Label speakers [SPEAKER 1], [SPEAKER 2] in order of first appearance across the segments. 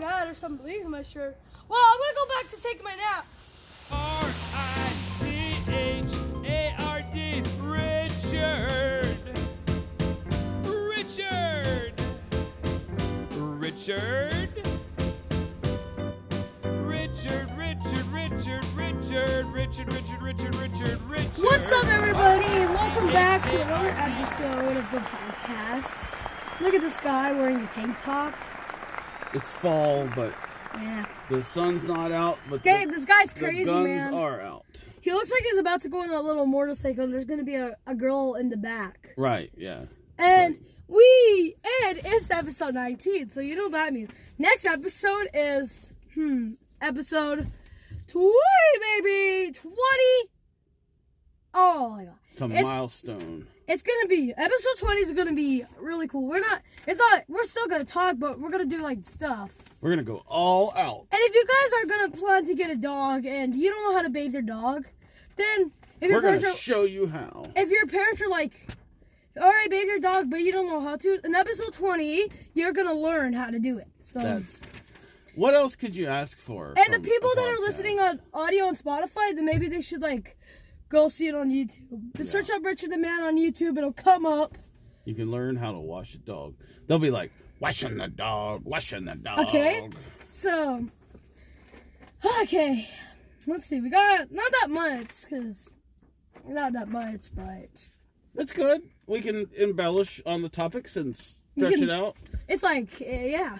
[SPEAKER 1] there's some bleeding on my shirt. Well, I'm gonna go back to take my nap.
[SPEAKER 2] R I C H A R D Richard Richard Richard Richard Richard Richard Richard Richard Richard Richard Richard Richard
[SPEAKER 1] What's up, everybody, and welcome back to another episode of the podcast. Look at this guy wearing a tank top.
[SPEAKER 3] It's fall, but
[SPEAKER 1] Yeah.
[SPEAKER 3] the sun's not out. But
[SPEAKER 1] Dang,
[SPEAKER 3] the,
[SPEAKER 1] this guy's
[SPEAKER 3] the
[SPEAKER 1] crazy,
[SPEAKER 3] guns
[SPEAKER 1] man.
[SPEAKER 3] are out.
[SPEAKER 1] He looks like he's about to go on a little motorcycle, and there's gonna be a, a girl in the back.
[SPEAKER 3] Right? Yeah.
[SPEAKER 1] And we, and it's episode 19, so you know what that means. Next episode is, hmm, episode 20, baby! 20! Oh my god.
[SPEAKER 3] It's a
[SPEAKER 1] It's-
[SPEAKER 3] milestone.
[SPEAKER 1] It's gonna be, episode 20 is gonna be really cool. We're not, it's not, we're still gonna talk, but we're gonna do like stuff.
[SPEAKER 3] We're gonna go all out.
[SPEAKER 1] And if you guys are gonna plan to get a dog and you don't know how to bathe your dog, then if your
[SPEAKER 3] We're
[SPEAKER 1] parents
[SPEAKER 3] gonna
[SPEAKER 1] are-
[SPEAKER 3] show you how.
[SPEAKER 1] if your parents are like, all right, bathe your dog, but you don't know how to, in episode 20, you're going to learn how to do it. So,
[SPEAKER 3] That's. What else could you ask for?
[SPEAKER 1] Um, and the
[SPEAKER 3] from a
[SPEAKER 1] people that are
[SPEAKER 3] podcast?
[SPEAKER 1] listening on audio on Spotify, then maybe they should like go see it on YouTube. Just Search up Richard the Man on YouTube, it'll come up.
[SPEAKER 3] you can learn how to wash a dog. They'll be like, washing the dog, washing the dog.
[SPEAKER 1] Okay. So, okay, let's see. We got not that much because not that much, but
[SPEAKER 3] That's good. We can embellish on the topics and
[SPEAKER 1] You
[SPEAKER 3] stretch
[SPEAKER 1] can-
[SPEAKER 3] it out.
[SPEAKER 1] It's like, uh, yeah.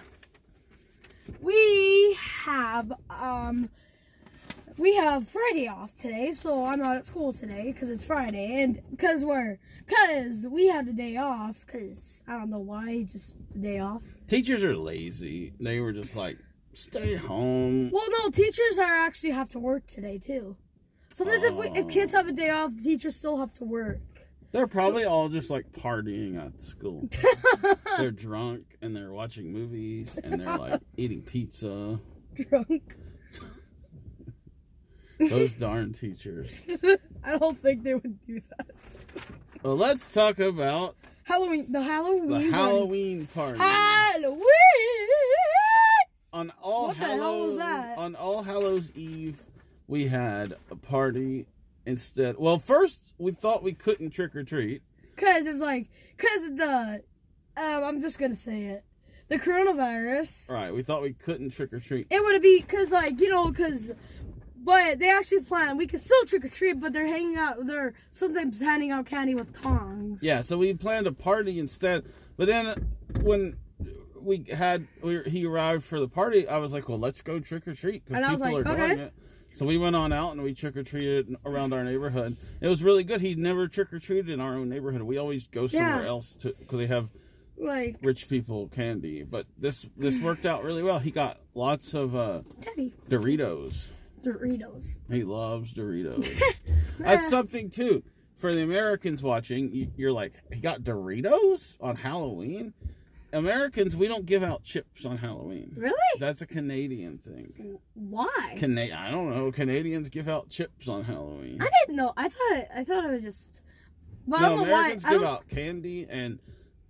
[SPEAKER 1] We have, um, we have Friday off today, so I'm not at school today because it's Friday, and because we're, because we have the day off, because I don't know why, just the day off.
[SPEAKER 3] Teachers are lazy. They were just like, stay home.
[SPEAKER 1] Well, no, teachers are actually have to work today too. Sometimes if we, if kids have a day off, the teachers still have to work.
[SPEAKER 3] They're probably all just like partying at school. they're drunk and they're watching movies and they're like eating pizza.
[SPEAKER 1] Drunk.
[SPEAKER 3] Those darn teachers.
[SPEAKER 1] I don't think they would do that.
[SPEAKER 3] Well, let's talk about
[SPEAKER 1] Halloween, the Halloween.
[SPEAKER 3] the
[SPEAKER 1] party.
[SPEAKER 3] Halloween party.
[SPEAKER 1] Halloween.
[SPEAKER 3] on all
[SPEAKER 1] What the
[SPEAKER 3] Hallows,
[SPEAKER 1] hell was that?
[SPEAKER 3] on All Hallows Eve, we had a party instead. Well, first we thought we couldn't trick or treat.
[SPEAKER 1] Cause it's like, cause the, um, I'm just gonna say it, the coronavirus.
[SPEAKER 3] All right, we thought we couldn't trick or treat.
[SPEAKER 1] It would be cause like you know cause, but they actually plan we can still trick or treat, but they're hanging out. They're sometimes handing out candy with tongs.
[SPEAKER 3] Yeah, so we planned a party instead. But then when we had we, he arrived for the party, I was like, "Well, let's go trick or treat
[SPEAKER 1] And I was like, okay.
[SPEAKER 3] it." So we went on out and we trick or treated around our neighborhood. It was really good. He never trick or treated in our own neighborhood. We always go somewhere
[SPEAKER 1] Yeah.
[SPEAKER 3] else to because they have
[SPEAKER 1] Like,
[SPEAKER 3] rich people candy. But this this worked out really well. He got lots of uh,
[SPEAKER 1] Daddy,
[SPEAKER 3] Doritos.
[SPEAKER 1] Doritos.
[SPEAKER 3] He loves Doritos. That's something too. For the Americans watching, you- you're like, he got Doritos on Halloween. Americans, we don't give out chips on Halloween.
[SPEAKER 1] Really?
[SPEAKER 3] That's a Canadian thing.
[SPEAKER 1] Why?
[SPEAKER 3] Cana- I don't know. Canadians give out chips on Halloween.
[SPEAKER 1] I didn't know. I thought I thought it was just. But I
[SPEAKER 3] No,
[SPEAKER 1] don't know why.
[SPEAKER 3] Americans
[SPEAKER 1] I
[SPEAKER 3] give
[SPEAKER 1] don't.
[SPEAKER 3] out candy, and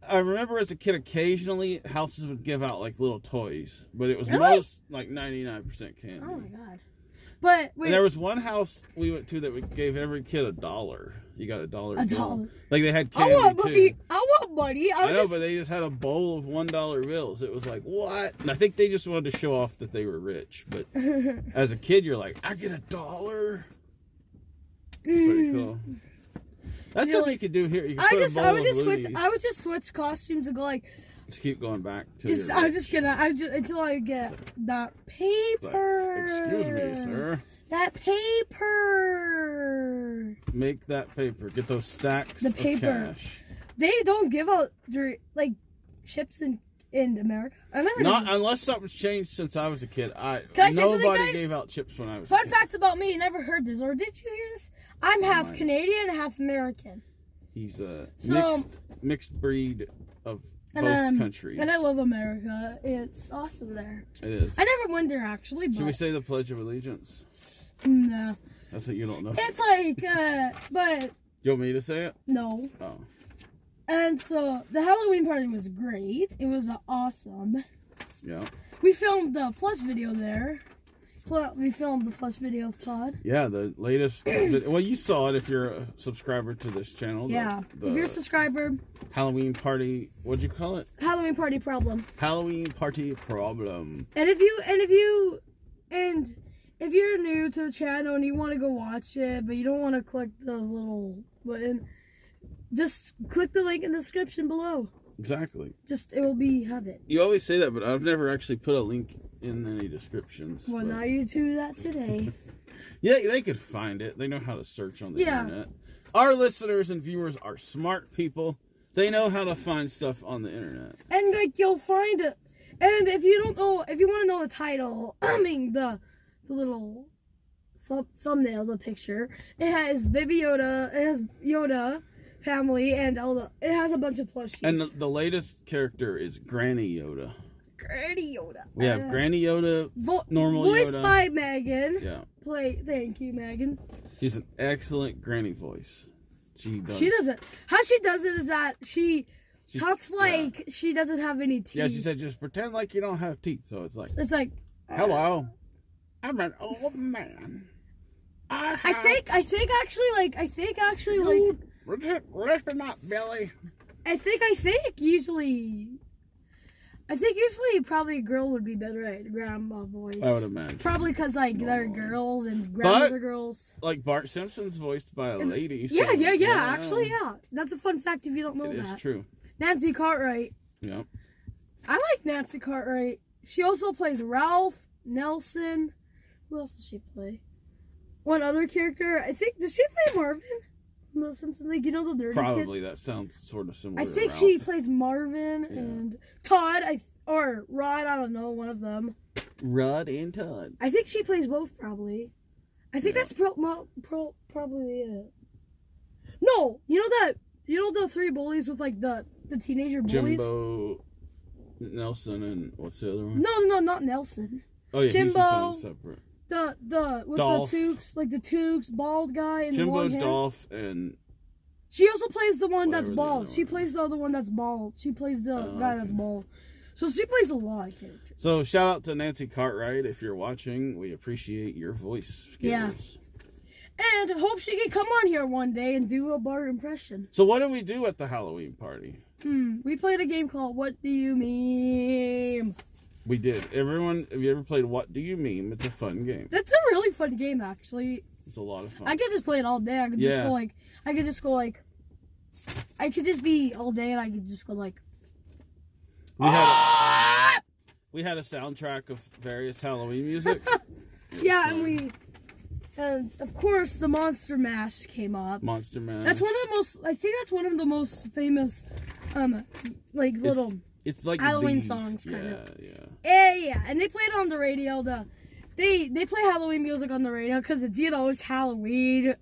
[SPEAKER 3] I remember as a kid, occasionally houses would give out like little toys, but it was
[SPEAKER 1] Really?
[SPEAKER 3] most like 99% candy.
[SPEAKER 1] Oh my god. But wait.
[SPEAKER 3] And there was one house we went to that we gave every kid a dollar. You got a dollar.
[SPEAKER 1] A
[SPEAKER 3] bill.
[SPEAKER 1] dollar. Oh,
[SPEAKER 3] Like they had
[SPEAKER 1] I
[SPEAKER 3] candy
[SPEAKER 1] want
[SPEAKER 3] too.
[SPEAKER 1] money. I want money. I,
[SPEAKER 3] I know,
[SPEAKER 1] just,
[SPEAKER 3] but they just had a bowl of one dollar bills. It was like what? And I think they just wanted to show off that they were rich. But as a kid, you're like, I get a dollar. It's pretty cool.
[SPEAKER 1] Mm. You're
[SPEAKER 3] That's something
[SPEAKER 1] like-
[SPEAKER 3] you could do here. You could
[SPEAKER 1] I
[SPEAKER 3] put
[SPEAKER 1] just
[SPEAKER 3] a bowl
[SPEAKER 1] I would
[SPEAKER 3] of
[SPEAKER 1] just switch
[SPEAKER 3] Loonies.
[SPEAKER 1] I would just switch costumes and go like
[SPEAKER 3] just keep going back to.
[SPEAKER 1] Just,
[SPEAKER 3] your
[SPEAKER 1] I was
[SPEAKER 3] rich.
[SPEAKER 1] just gonna, I just until I get that
[SPEAKER 3] Like,
[SPEAKER 1] paper.
[SPEAKER 3] Excuse me, sir.
[SPEAKER 1] That paper.
[SPEAKER 3] Make that paper. Get those stacks
[SPEAKER 1] The
[SPEAKER 3] of
[SPEAKER 1] paper.
[SPEAKER 3] cash.
[SPEAKER 1] They don't give out dr- like chips in in America. I never.
[SPEAKER 3] Not
[SPEAKER 1] knew.
[SPEAKER 3] unless something's changed since I was a kid. I,
[SPEAKER 1] Can I say something,
[SPEAKER 3] nobody
[SPEAKER 1] guys?
[SPEAKER 3] gave out chips when I was. a
[SPEAKER 1] Fun
[SPEAKER 3] kid.
[SPEAKER 1] fact about me: you never heard this, or did you hear this? I'm half
[SPEAKER 3] might.
[SPEAKER 1] Canadian, half American,
[SPEAKER 3] He's a
[SPEAKER 1] So-
[SPEAKER 3] mixed mixed breed of
[SPEAKER 1] and
[SPEAKER 3] both
[SPEAKER 1] um,
[SPEAKER 3] countries.
[SPEAKER 1] and I love America. It's awesome there.
[SPEAKER 3] it is.
[SPEAKER 1] I never went there actually,
[SPEAKER 3] Should we
[SPEAKER 1] but
[SPEAKER 3] say the Pledge of Allegiance?
[SPEAKER 1] no,
[SPEAKER 3] That's what you don't know.
[SPEAKER 1] it's like, uh, but
[SPEAKER 3] You want me to say it?
[SPEAKER 1] no.
[SPEAKER 3] Oh,
[SPEAKER 1] And so the Halloween party was great. It was awesome.
[SPEAKER 3] yeah.
[SPEAKER 1] We filmed the plus video there. Well, we filmed the plus video of Todd.
[SPEAKER 3] Yeah, the latest. well, you saw it if you're a subscriber to this channel. the-
[SPEAKER 1] Yeah.
[SPEAKER 3] The,
[SPEAKER 1] If you're a subscriber,
[SPEAKER 3] Halloween party. What'd you call it?
[SPEAKER 1] Halloween party problem.
[SPEAKER 3] Halloween party problem.
[SPEAKER 1] And if you and if you and if you're new to the channel and you want to go watch it, but you don't want to click the little button, just click the link in the description below.
[SPEAKER 3] Exactly.
[SPEAKER 1] Just it will be have it.
[SPEAKER 3] You always say that, but I've never actually put a link in any descriptions.
[SPEAKER 1] Well,
[SPEAKER 3] but-
[SPEAKER 1] now you do that today.
[SPEAKER 3] Yeah, they could find it. They know how to search on the
[SPEAKER 1] Yeah.
[SPEAKER 3] internet. Our listeners and viewers are smart people. They know how to find stuff on the internet.
[SPEAKER 1] and like you'll find it. And if you don't know, if you want to know the title, I mean the the little thumb, thumbnail, the picture, it has Baby Yoda, it has Yoda family, and all the it has a bunch of plushies.
[SPEAKER 3] And the, the latest character is Granny Yoda.
[SPEAKER 1] Granny Yoda.
[SPEAKER 3] We have
[SPEAKER 1] Uh,
[SPEAKER 3] Granny Yoda.
[SPEAKER 1] vo-
[SPEAKER 3] normal
[SPEAKER 1] voiced
[SPEAKER 3] Yoda.
[SPEAKER 1] by Megan.
[SPEAKER 3] Yeah,
[SPEAKER 1] Play. Thank you, Megan.
[SPEAKER 3] she's an excellent Granny voice. She does.
[SPEAKER 1] She doesn't. How she does it is that she
[SPEAKER 3] She-
[SPEAKER 1] talks
[SPEAKER 3] yeah.
[SPEAKER 1] like she doesn't have any teeth.
[SPEAKER 3] Yeah, she said just pretend like you don't have teeth. So it's like,
[SPEAKER 1] It's like
[SPEAKER 3] hello, I'm an old man. I,
[SPEAKER 1] I
[SPEAKER 3] have-
[SPEAKER 1] think I think actually like I think actually like.
[SPEAKER 3] You listen up, Billy.
[SPEAKER 1] I think I think usually I think usually probably a girl would be better at grandma voice.
[SPEAKER 3] I would imagine.
[SPEAKER 1] Probably because like they're
[SPEAKER 3] Normal.
[SPEAKER 1] girls and grandmas
[SPEAKER 3] But-
[SPEAKER 1] are girls.
[SPEAKER 3] like Bart Simpson's voiced by a
[SPEAKER 1] Is-
[SPEAKER 3] lady. so-
[SPEAKER 1] Yeah, yeah, yeah. Actually, yeah. That's a fun fact if you don't know
[SPEAKER 3] It is
[SPEAKER 1] that.
[SPEAKER 3] true.
[SPEAKER 1] Nancy Cartwright.
[SPEAKER 3] Yep.
[SPEAKER 1] I like Nancy Cartwright. She also plays Ralph Nelson. Who else does she play? One other character. I think does she play Marvin? From The Simpsons, like you know the dirty kid.
[SPEAKER 3] Probably that sounds sort of similar.
[SPEAKER 1] I
[SPEAKER 3] to
[SPEAKER 1] think
[SPEAKER 3] Ralph.
[SPEAKER 1] she plays Marvin
[SPEAKER 3] Yeah.
[SPEAKER 1] and Todd. I or Rod. I don't know one of them.
[SPEAKER 3] Rod and Todd.
[SPEAKER 1] I think she plays both probably. I think
[SPEAKER 3] Yeah.
[SPEAKER 1] that's pro, mo, pro probably it. No, you know that you know the three bullies with like the the teenager bullies.
[SPEAKER 3] Jimbo, Nelson, and what's the other one?
[SPEAKER 1] No, no, no, not Nelson.
[SPEAKER 3] oh yeah, he's the
[SPEAKER 1] Jimbo.
[SPEAKER 3] son separate.
[SPEAKER 1] The the with
[SPEAKER 3] Dolph.
[SPEAKER 1] the toques like the toques bald guy and
[SPEAKER 3] Jimbo,
[SPEAKER 1] long hair.
[SPEAKER 3] Dolph, and
[SPEAKER 1] She also plays the one
[SPEAKER 3] Whatever
[SPEAKER 1] that's
[SPEAKER 3] the
[SPEAKER 1] bald.
[SPEAKER 3] other
[SPEAKER 1] She
[SPEAKER 3] one
[SPEAKER 1] plays the other one that's bald. She plays the
[SPEAKER 3] Oh,
[SPEAKER 1] guy
[SPEAKER 3] okay.
[SPEAKER 1] that's bald. So she plays a lot of characters.
[SPEAKER 3] so shout out to Nancy Cartwright if you're watching. We appreciate your voice skills.
[SPEAKER 1] Yeah. and hope she can come on here one day and do a Bart impression.
[SPEAKER 3] So what did we do at the Halloween party?
[SPEAKER 1] Hmm. We played a game called What Do You Mean?
[SPEAKER 3] We did. Everyone, have you ever played What Do You Mean? It's a fun game.
[SPEAKER 1] That's a really fun game, actually.
[SPEAKER 3] It's a lot of fun.
[SPEAKER 1] I could just play it all day. I could just
[SPEAKER 3] Yeah.
[SPEAKER 1] go like, I could just go like, I could just be all day and I could just go like,
[SPEAKER 3] we had
[SPEAKER 1] Ah!
[SPEAKER 3] we had a soundtrack of various Halloween music.
[SPEAKER 1] yeah, and we, and of course the Monster Mash came up.
[SPEAKER 3] Monster Man.
[SPEAKER 1] That's one of the most. I think that's one of the most famous, um, like little.
[SPEAKER 3] It's like
[SPEAKER 1] Halloween
[SPEAKER 3] the-
[SPEAKER 1] songs, kind
[SPEAKER 3] yeah,
[SPEAKER 1] of.
[SPEAKER 3] Yeah,
[SPEAKER 1] Yeah, yeah, and they play it on the radio. The they they play Halloween music on the radio because it's you know it's Halloween. And,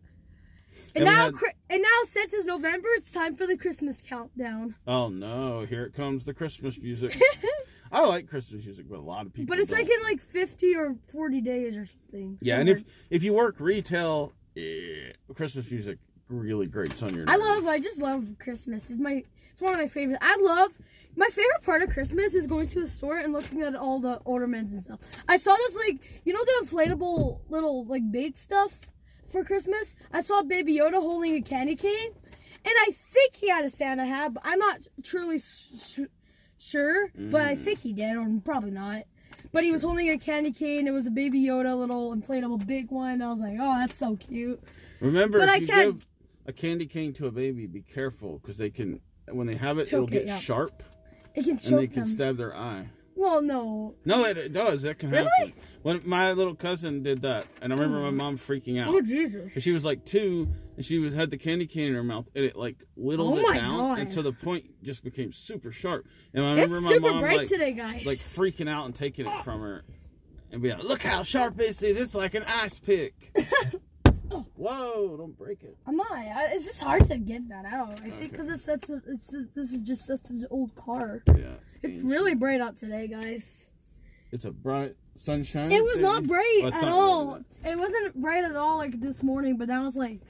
[SPEAKER 3] And we
[SPEAKER 1] now,
[SPEAKER 3] had-
[SPEAKER 1] Chri- and now since it's November, it's time for the Christmas countdown.
[SPEAKER 3] Oh no! Here it comes the Christmas music. I like Christmas music, but a lot of people.
[SPEAKER 1] But it's
[SPEAKER 3] don't.
[SPEAKER 1] like in like fifty or forty days or something.
[SPEAKER 3] yeah, and if
[SPEAKER 1] somewhere.
[SPEAKER 3] if you work retail, eh, Christmas music really grates on your.
[SPEAKER 1] I
[SPEAKER 3] nerves.
[SPEAKER 1] love, I just love Christmas. It's my it's one of my favorite. I love my favorite part of Christmas is going to a store and looking at all the ornaments and stuff. I saw this like you know the inflatable little like bait stuff for Christmas. I saw Baby Yoda holding a candy cane, and I think he had a Santa hat, but I'm not truly s- s- sure. But I think he did, or probably not. But he was holding a candy cane. It was a Baby Yoda little inflatable big one. I was like, oh, that's so cute.
[SPEAKER 3] Remember,
[SPEAKER 1] but
[SPEAKER 3] if
[SPEAKER 1] I
[SPEAKER 3] you
[SPEAKER 1] can't-
[SPEAKER 3] give a candy cane to a baby, be careful because they can when they have it,
[SPEAKER 1] Choke
[SPEAKER 3] it'll
[SPEAKER 1] it,
[SPEAKER 3] get
[SPEAKER 1] yeah.
[SPEAKER 3] sharp
[SPEAKER 1] It can
[SPEAKER 3] and they
[SPEAKER 1] choke
[SPEAKER 3] can
[SPEAKER 1] them.
[SPEAKER 3] stab their eye.
[SPEAKER 1] well, no,
[SPEAKER 3] No, it, it does. That can
[SPEAKER 1] Really? Mm.
[SPEAKER 3] happen. When my little cousin did that, and I remember my mom freaking out.
[SPEAKER 1] Oh Jesus!
[SPEAKER 3] And she was like two, and she was had the candy cane in her mouth, and it like whittled
[SPEAKER 1] Oh
[SPEAKER 3] it
[SPEAKER 1] my
[SPEAKER 3] down,
[SPEAKER 1] God.
[SPEAKER 3] and so the point just became super sharp. And I remember
[SPEAKER 1] It's
[SPEAKER 3] my
[SPEAKER 1] super
[SPEAKER 3] mom
[SPEAKER 1] bright
[SPEAKER 3] like,
[SPEAKER 1] today, guys.
[SPEAKER 3] like freaking out and taking it from her, and be like, "Look how sharp this is! It's like an ice pick."
[SPEAKER 1] Oh.
[SPEAKER 3] Whoa! Don't break it.
[SPEAKER 1] Am I? I- It's just hard to get that out. I think
[SPEAKER 3] Okay.
[SPEAKER 1] because it's such a, it's just- this is just such an old car.
[SPEAKER 3] Yeah,
[SPEAKER 1] It's really bright out today, guys.
[SPEAKER 3] It's a bright sunshine.
[SPEAKER 1] It was not
[SPEAKER 3] day.
[SPEAKER 1] bright
[SPEAKER 3] Well, it's
[SPEAKER 1] at
[SPEAKER 3] not really
[SPEAKER 1] all.
[SPEAKER 3] that.
[SPEAKER 1] it wasn't bright at all like this morning, but that was like.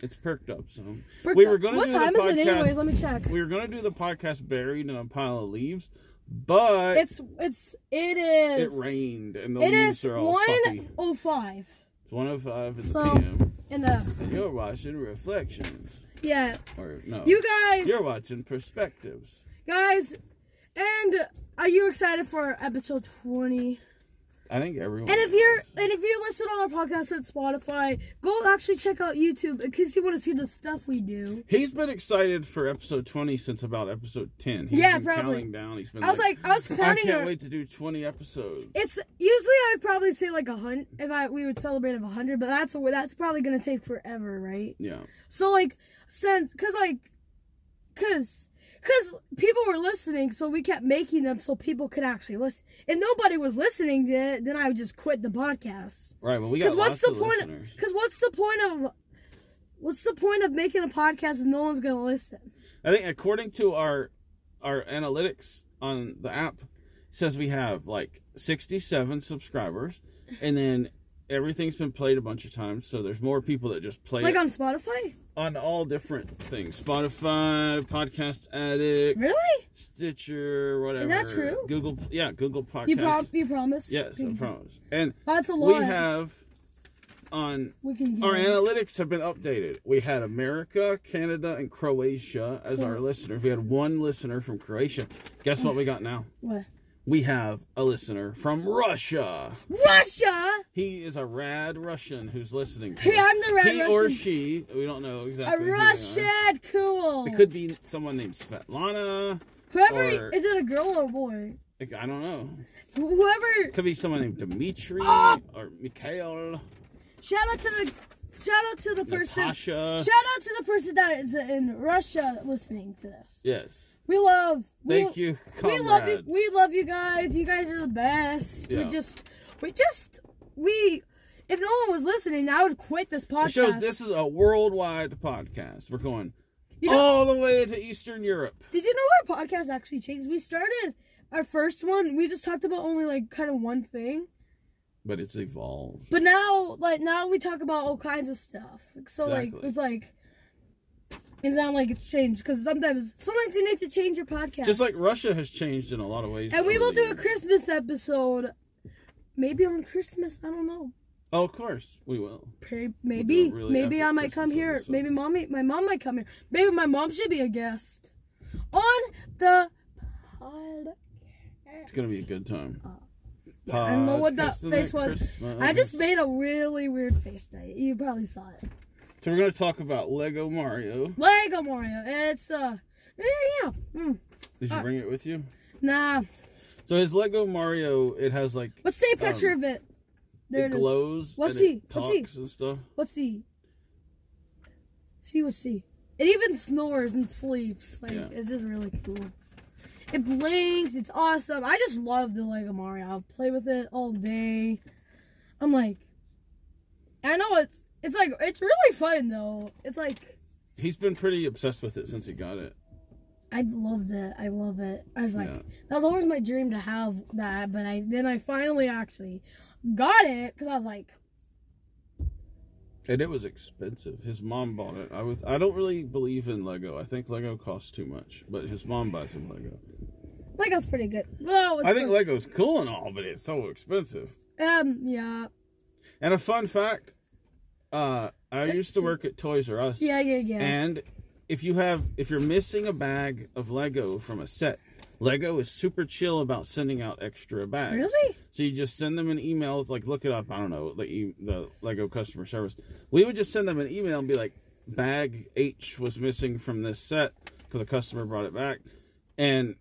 [SPEAKER 3] It's perked up. So
[SPEAKER 1] Bricked
[SPEAKER 3] we
[SPEAKER 1] up.
[SPEAKER 3] were gonna
[SPEAKER 1] What
[SPEAKER 3] do
[SPEAKER 1] time
[SPEAKER 3] the
[SPEAKER 1] is
[SPEAKER 3] podcast.
[SPEAKER 1] it, anyways? Let me check.
[SPEAKER 3] we were gonna do the podcast buried in a pile of leaves, But
[SPEAKER 1] It's it's it is.
[SPEAKER 3] it rained and the
[SPEAKER 1] It
[SPEAKER 3] leaves
[SPEAKER 1] is
[SPEAKER 3] are all
[SPEAKER 1] one
[SPEAKER 3] soppy.
[SPEAKER 1] oh five
[SPEAKER 3] It's 105 in
[SPEAKER 1] So-
[SPEAKER 3] the PM.
[SPEAKER 1] in the
[SPEAKER 3] And you're watching Reflections.
[SPEAKER 1] yeah.
[SPEAKER 3] Or no.
[SPEAKER 1] You guys,
[SPEAKER 3] You're watching Perspectives.
[SPEAKER 1] guys, and are you excited for episode twenty?
[SPEAKER 3] I think everyone
[SPEAKER 1] And if
[SPEAKER 3] is.
[SPEAKER 1] you're and if you listen on our podcast on Spotify, go actually check out YouTube in case you want to see the stuff we do.
[SPEAKER 3] He's been excited for episode 20 since about episode 10. He's
[SPEAKER 1] Yeah,
[SPEAKER 3] been
[SPEAKER 1] probably.
[SPEAKER 3] counting down. He's been
[SPEAKER 1] I was like, I was
[SPEAKER 3] I
[SPEAKER 1] pounding
[SPEAKER 3] can't
[SPEAKER 1] her.
[SPEAKER 3] wait to do 20 episodes.
[SPEAKER 1] It's usually I'd probably say like a hundred if I we would celebrate of a hundred, but that's a, that's probably gonna take forever, right?
[SPEAKER 3] Yeah.
[SPEAKER 1] So like since cause like cause cause people were listening, so we kept making them so people could actually listen. If nobody was listening, then then I would just quit the podcast.
[SPEAKER 3] Right, well, we got
[SPEAKER 1] Cause what's
[SPEAKER 3] lots
[SPEAKER 1] the
[SPEAKER 3] of
[SPEAKER 1] point?
[SPEAKER 3] listeners.
[SPEAKER 1] Cause what's the point of what's the point of making a podcast if no one's gonna listen?
[SPEAKER 3] I think according to our our analytics on the app it says we have like 67 subscribers and then everything's been played a bunch of times so there's more people that just play
[SPEAKER 1] Like
[SPEAKER 3] it on,
[SPEAKER 1] on Spotify,
[SPEAKER 3] all different things Spotify, Podcast Addict,
[SPEAKER 1] really?
[SPEAKER 3] Stitcher, whatever.
[SPEAKER 1] true?
[SPEAKER 3] Google yeah, Google Podcast.
[SPEAKER 1] You prom you promise?
[SPEAKER 3] Yes, I promise. And
[SPEAKER 1] That's a
[SPEAKER 3] we
[SPEAKER 1] lot.
[SPEAKER 3] have on
[SPEAKER 1] We can get
[SPEAKER 3] our
[SPEAKER 1] it.
[SPEAKER 3] analytics have been updated. We had America, Canada, and Croatia as our listeners. We had one listener from Croatia. Guess what we got now?
[SPEAKER 1] What?
[SPEAKER 3] We have a listener from Russia.
[SPEAKER 1] Russia.
[SPEAKER 3] He is a rad Russian who's listening. To
[SPEAKER 1] Hey,
[SPEAKER 3] us.
[SPEAKER 1] I'm the red
[SPEAKER 3] he
[SPEAKER 1] Russian.
[SPEAKER 3] or she, we don't know
[SPEAKER 1] a
[SPEAKER 3] exactly. who they are.
[SPEAKER 1] Russian cool.
[SPEAKER 3] It could be someone named Svetlana.
[SPEAKER 1] Whoever
[SPEAKER 3] or-
[SPEAKER 1] is it a girl or a boy?
[SPEAKER 3] Like, I don't know.
[SPEAKER 1] Wh- Whoever
[SPEAKER 3] Could be someone named Dmitri
[SPEAKER 1] Ah!
[SPEAKER 3] or Mikhail,
[SPEAKER 1] shout out to the shout out to the person
[SPEAKER 3] Natasha.
[SPEAKER 1] shout out to the person that is in Russia listening to this.
[SPEAKER 3] Yes.
[SPEAKER 1] We love we,
[SPEAKER 3] Thank you,
[SPEAKER 1] We
[SPEAKER 3] comrade.
[SPEAKER 1] love you we love you guys. You guys are the best.
[SPEAKER 3] Yeah.
[SPEAKER 1] We just we just we if no one was listening, I would quit this podcast.
[SPEAKER 3] It shows this is a worldwide podcast. We're going
[SPEAKER 1] You know-
[SPEAKER 3] all the way to Eastern Europe.
[SPEAKER 1] Did you know our podcast actually changed? We started our first one, we just talked about only like kind of one thing.
[SPEAKER 3] But it's evolved.
[SPEAKER 1] But now, like now, we talk about all kinds of stuff. Like, So like
[SPEAKER 3] Exactly.
[SPEAKER 1] it's like it's not like it's changed because sometimes sometimes you need to change your podcast.
[SPEAKER 3] Just like Russia has changed in a lot of ways.
[SPEAKER 1] and we
[SPEAKER 3] over
[SPEAKER 1] will
[SPEAKER 3] the
[SPEAKER 1] do a
[SPEAKER 3] years.
[SPEAKER 1] Christmas episode, maybe on Christmas. I don't know.
[SPEAKER 3] Oh, of course. We will.
[SPEAKER 1] Pray- Maybe
[SPEAKER 3] really
[SPEAKER 1] maybe
[SPEAKER 3] epic
[SPEAKER 1] I might come
[SPEAKER 3] Christmas
[SPEAKER 1] here.
[SPEAKER 3] episode.
[SPEAKER 1] Maybe mommy, my mom might come here. Maybe my mom should be a guest on the pod.
[SPEAKER 3] It's going to be a good time.
[SPEAKER 1] I don't know what that
[SPEAKER 3] Podcasting
[SPEAKER 1] face
[SPEAKER 3] at
[SPEAKER 1] was.
[SPEAKER 3] Christmas.
[SPEAKER 1] I just made a really weird face today. You probably saw it.
[SPEAKER 3] So we're going to talk about Lego Mario.
[SPEAKER 1] Lego Mario. It's uh yeah yeah. yeah. Mm.
[SPEAKER 3] Did you
[SPEAKER 1] Uh,
[SPEAKER 3] bring it with you?
[SPEAKER 1] Nah.
[SPEAKER 3] So his Lego Mario, it has like
[SPEAKER 1] Let's see a picture
[SPEAKER 3] Um,
[SPEAKER 1] of it. There
[SPEAKER 3] it
[SPEAKER 1] it is.
[SPEAKER 3] glows.
[SPEAKER 1] Let's
[SPEAKER 3] and it
[SPEAKER 1] see, let's see.
[SPEAKER 3] talks and stuff.
[SPEAKER 1] Let's see. See what's see. It even snores and sleeps. Like
[SPEAKER 3] Yeah.
[SPEAKER 1] this is really cool. It blinks. It's awesome. I just love the Lego Mario. I'll play with it all day. I'm like, I know it's it's like it's really fun though. It's like
[SPEAKER 3] He's been pretty obsessed with it since he got it.
[SPEAKER 1] I loved it. I love it. I was like,
[SPEAKER 3] Yeah.
[SPEAKER 1] that was always my dream to have that, but I then I finally actually got it because I was like,
[SPEAKER 3] And it was expensive. His mom bought it. I was I don't really believe in Lego. I think Lego costs too much. But his mom buys him Lego.
[SPEAKER 1] Lego's pretty good. Well, it's
[SPEAKER 3] I think
[SPEAKER 1] good.
[SPEAKER 3] Lego's cool and all, but it's so expensive.
[SPEAKER 1] um, yeah,
[SPEAKER 3] And a fun fact, uh I used to work at Toys R Us.
[SPEAKER 1] yeah, yeah, yeah.
[SPEAKER 3] And if you have if you're missing a bag of Lego from a set, Lego is super chill about sending out extra bags.
[SPEAKER 1] Really?
[SPEAKER 3] So you just send them an email, like look it up. I don't know the e- the Lego customer service. We would just send them an email and be like, bag H was missing from this set because the customer brought it back, and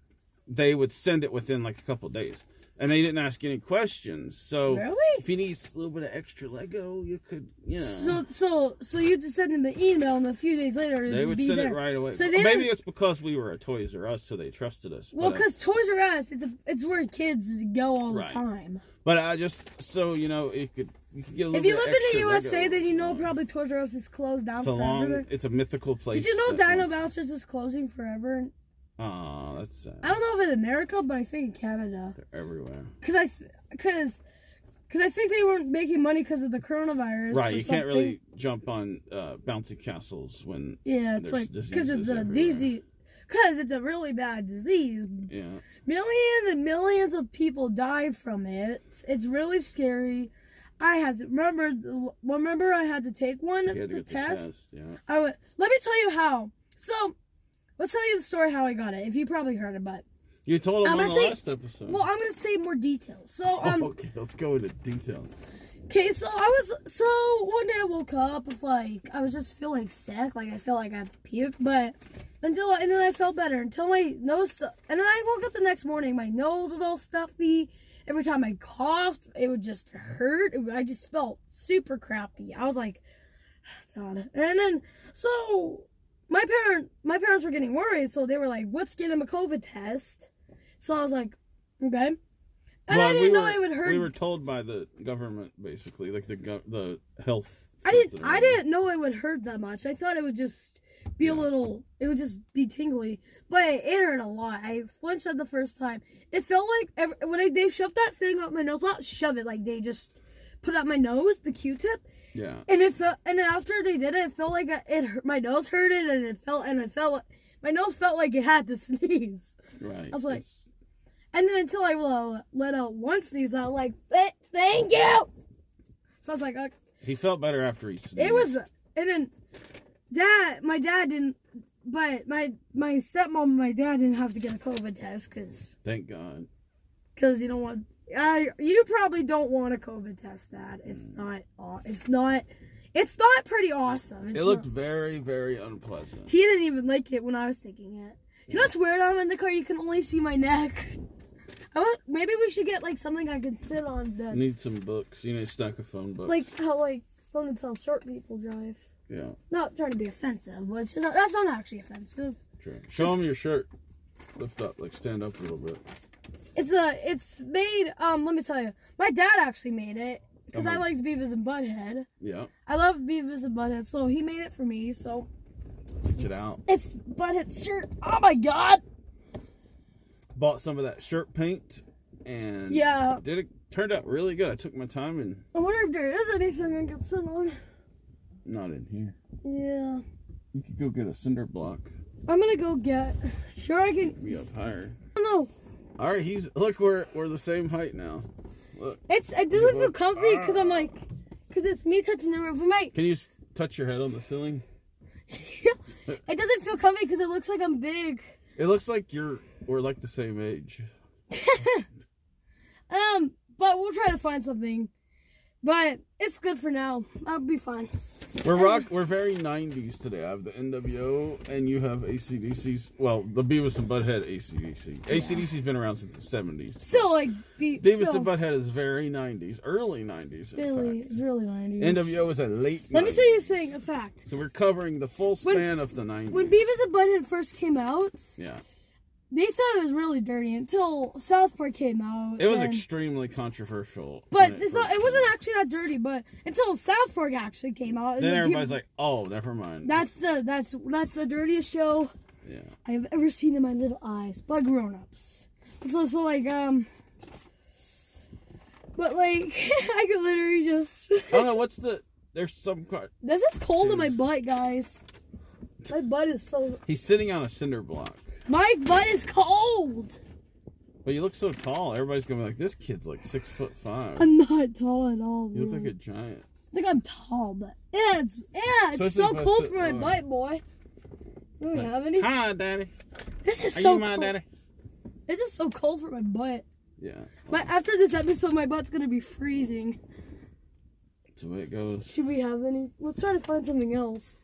[SPEAKER 3] they would send it within like a couple days. And they didn't ask any questions. So
[SPEAKER 1] Really?
[SPEAKER 3] if you need a little bit of extra Lego, you could, you know.
[SPEAKER 1] so, so, so you just send them an email, and a few days later, it'll
[SPEAKER 3] They
[SPEAKER 1] just
[SPEAKER 3] would
[SPEAKER 1] be
[SPEAKER 3] send
[SPEAKER 1] there.
[SPEAKER 3] it right away.
[SPEAKER 1] So
[SPEAKER 3] Or
[SPEAKER 1] they
[SPEAKER 3] maybe
[SPEAKER 1] don't-
[SPEAKER 3] it's because we were a Toys R Us, so they trusted us.
[SPEAKER 1] Well,
[SPEAKER 3] but, uh,
[SPEAKER 1] because Toys R Us, it's a, it's where kids go all
[SPEAKER 3] Right.
[SPEAKER 1] the time.
[SPEAKER 3] but I just so you know, it could you could get a
[SPEAKER 1] If
[SPEAKER 3] little.
[SPEAKER 1] you
[SPEAKER 3] bit
[SPEAKER 1] live in the
[SPEAKER 3] extra
[SPEAKER 1] USA,
[SPEAKER 3] Lego
[SPEAKER 1] then you know
[SPEAKER 3] if want.
[SPEAKER 1] probably Toys R Us is closed down
[SPEAKER 3] it's a
[SPEAKER 1] forever.
[SPEAKER 3] long, it's a mythical place.
[SPEAKER 1] Did you know
[SPEAKER 3] that
[SPEAKER 1] Dino
[SPEAKER 3] was-
[SPEAKER 1] Bouncers is closing forever?
[SPEAKER 3] Aw, that's sad.
[SPEAKER 1] I don't know if in America, but I think in Canada.
[SPEAKER 3] They're everywhere.
[SPEAKER 1] Cause I, th- cause, cause I think they weren't making money because of the coronavirus.
[SPEAKER 3] Right,
[SPEAKER 1] or
[SPEAKER 3] you can't
[SPEAKER 1] something.
[SPEAKER 3] really jump on uh, bouncy castles when
[SPEAKER 1] Yeah, it's
[SPEAKER 3] there's
[SPEAKER 1] like because
[SPEAKER 3] diseases
[SPEAKER 1] it's a
[SPEAKER 3] everywhere.
[SPEAKER 1] disease. because it's a really bad disease.
[SPEAKER 3] Yeah.
[SPEAKER 1] Millions and millions of people died from it. It's, it's really scary. I had to remember. Remember, I had to take one
[SPEAKER 3] He had to
[SPEAKER 1] the
[SPEAKER 3] get the
[SPEAKER 1] test.
[SPEAKER 3] test. Yeah.
[SPEAKER 1] I would. Let me tell you how. So, let's tell you the story how I got it. If you probably heard about. it.
[SPEAKER 3] You told him
[SPEAKER 1] I'm
[SPEAKER 3] on the
[SPEAKER 1] gonna say-
[SPEAKER 3] last episode.
[SPEAKER 1] Well, I'm gonna say more details. So,
[SPEAKER 3] Oh,
[SPEAKER 1] um,
[SPEAKER 3] okay, let's go into detail.
[SPEAKER 1] Okay, so I was so one day I woke up with like I was just feeling sick, like I felt like I had to puke, but until and then I felt better until my nose and then I woke up the next morning, my nose was all stuffy. Every time I coughed, it would just hurt. It- I just felt super crappy. I was like, God. And then so my parent my parents were getting worried, so they were like, "Let's get him a COVID test." So I was like, "Okay." And
[SPEAKER 3] Well,
[SPEAKER 1] I
[SPEAKER 3] we
[SPEAKER 1] didn't know
[SPEAKER 3] were-
[SPEAKER 1] it would hurt
[SPEAKER 3] We were told by the government, basically, like the gov the health.
[SPEAKER 1] I didn't.
[SPEAKER 3] system.
[SPEAKER 1] I didn't know it would hurt that much. I thought it would just be a
[SPEAKER 3] Yeah.
[SPEAKER 1] little. It would just be tingly, but it hurt a lot. I flinched at the first time. It felt like every, when I, they shoved that thing up my nose, not shove it, like they just put up my nose, the Q-tip,
[SPEAKER 3] Yeah.
[SPEAKER 1] and it felt. And after they did it, it felt like it hurt, my nose hurted, and it felt, and it felt. My nose felt like it had to sneeze.
[SPEAKER 3] Right.
[SPEAKER 1] I was like-
[SPEAKER 3] It's-
[SPEAKER 1] And then until I uh, let out one sneeze, I was like, "Th- "Thank you." So I was like, "Okay."
[SPEAKER 3] he felt better after he sneezed.
[SPEAKER 1] It was, and then dad, my dad didn't, but my my stepmom, and my dad didn't have to get a COVID test because
[SPEAKER 3] Thank God.
[SPEAKER 1] because you don't want. I you probably don't want a COVID test, Dad. It's
[SPEAKER 3] Mm.
[SPEAKER 1] not not. aw- It's not. It's not pretty awesome. It's
[SPEAKER 3] it looked
[SPEAKER 1] not-
[SPEAKER 3] very, very unpleasant.
[SPEAKER 1] he didn't even like it when I was taking it. You know what's weird? I'm in the car. You can only see my neck. I want, maybe we should get like something I can sit on. That,
[SPEAKER 3] Need some books. You need stack of phone books.
[SPEAKER 1] like how like something that tells short people drive.
[SPEAKER 3] yeah,
[SPEAKER 1] Not trying to be offensive, which is not, that's not actually offensive.
[SPEAKER 3] true. Show him your shirt. Lift up, like stand up a little bit.
[SPEAKER 1] It's a. It's made. Um, let me tell you, my dad actually made it because I
[SPEAKER 3] Uh-huh.
[SPEAKER 1] liked Beavis and Butthead.
[SPEAKER 3] Yeah,
[SPEAKER 1] I love Beavis and Butthead, so he made it for me. So
[SPEAKER 3] get out.
[SPEAKER 1] it's Butthead's shirt. Oh my god!
[SPEAKER 3] Bought some of that shirt paint, and
[SPEAKER 1] Yeah.
[SPEAKER 3] did it turned out really good. I took my time and
[SPEAKER 1] I wonder if there is anything I can sit on.
[SPEAKER 3] not in here.
[SPEAKER 1] Yeah,
[SPEAKER 3] You could go get a cinder block.
[SPEAKER 1] I'm gonna go get. Sure, I can.
[SPEAKER 3] Be up higher.
[SPEAKER 1] I don't know.
[SPEAKER 3] All right, he's look. We're we're the same height now. Look,
[SPEAKER 1] It's. I
[SPEAKER 3] You're
[SPEAKER 1] doesn't feel
[SPEAKER 3] both-
[SPEAKER 1] comfy because I'm like, because it's me touching the roof. We might.
[SPEAKER 3] can you s- touch your head on the ceiling?
[SPEAKER 1] it doesn't feel comfy because it looks like I'm big.
[SPEAKER 3] It looks like you're we're like the same age.
[SPEAKER 1] Um, but we'll try to find something. But it's good for now. I'll be fine.
[SPEAKER 3] We're rock. We're very '90s today. I have the NWO, and you have ACDC's. Well, the Beavis and Butthead ACDC. ACDC's been around since the '70s.
[SPEAKER 1] Still like be
[SPEAKER 3] Beavis
[SPEAKER 1] still,
[SPEAKER 3] and Butthead is very '90s, early '90s. In
[SPEAKER 1] really,
[SPEAKER 3] fact.
[SPEAKER 1] it's really windy.
[SPEAKER 3] NWO is a late.
[SPEAKER 1] Let me tell you
[SPEAKER 3] 90s.
[SPEAKER 1] saying a fact.
[SPEAKER 3] So we're covering the full
[SPEAKER 1] When-
[SPEAKER 3] span of the '90s.
[SPEAKER 1] When Beavis and Butthead first came out,
[SPEAKER 3] yeah,
[SPEAKER 1] they thought it was really dirty until South Park came out.
[SPEAKER 3] it was
[SPEAKER 1] and-
[SPEAKER 3] extremely controversial.
[SPEAKER 1] but
[SPEAKER 3] when
[SPEAKER 1] it's not,
[SPEAKER 3] first
[SPEAKER 1] it wasn't
[SPEAKER 3] came out.
[SPEAKER 1] actually that dirty. But until South Park actually came out, and
[SPEAKER 3] Then
[SPEAKER 1] the
[SPEAKER 3] everybody's
[SPEAKER 1] people-
[SPEAKER 3] like, "Oh, never mind."
[SPEAKER 1] "That's the that's that's the dirtiest show
[SPEAKER 3] yeah.
[SPEAKER 1] I have ever seen in my little eyes by grown-ups. So so like um but like I could literally just
[SPEAKER 3] I don't know what's the. There's some. car-
[SPEAKER 1] this is cold in my
[SPEAKER 3] Jeez.
[SPEAKER 1] butt, guys. My butt is so
[SPEAKER 3] He's sitting on a cinder block.
[SPEAKER 1] my butt is cold.
[SPEAKER 3] But you look so tall. Everybody's gonna be like, "This kid's like six foot 5
[SPEAKER 1] I'm not tall at all.
[SPEAKER 3] You look like
[SPEAKER 1] really.
[SPEAKER 3] a giant.
[SPEAKER 1] I think I'm tall, but yeah, it's yeah, it's
[SPEAKER 3] Especially
[SPEAKER 1] so
[SPEAKER 3] if I
[SPEAKER 1] cold
[SPEAKER 3] sit
[SPEAKER 1] for my
[SPEAKER 3] low.
[SPEAKER 1] butt, boy. Do we
[SPEAKER 3] Like,
[SPEAKER 1] have any?
[SPEAKER 3] Hi, Daddy.
[SPEAKER 1] This is
[SPEAKER 3] Are
[SPEAKER 1] so
[SPEAKER 3] you my
[SPEAKER 1] cold.
[SPEAKER 3] daddy?
[SPEAKER 1] It's just so cold for my butt.
[SPEAKER 3] Yeah.
[SPEAKER 1] But after this episode, my butt's gonna be freezing.
[SPEAKER 3] That's the way it goes.
[SPEAKER 1] Should we have any? Let's try to find something else.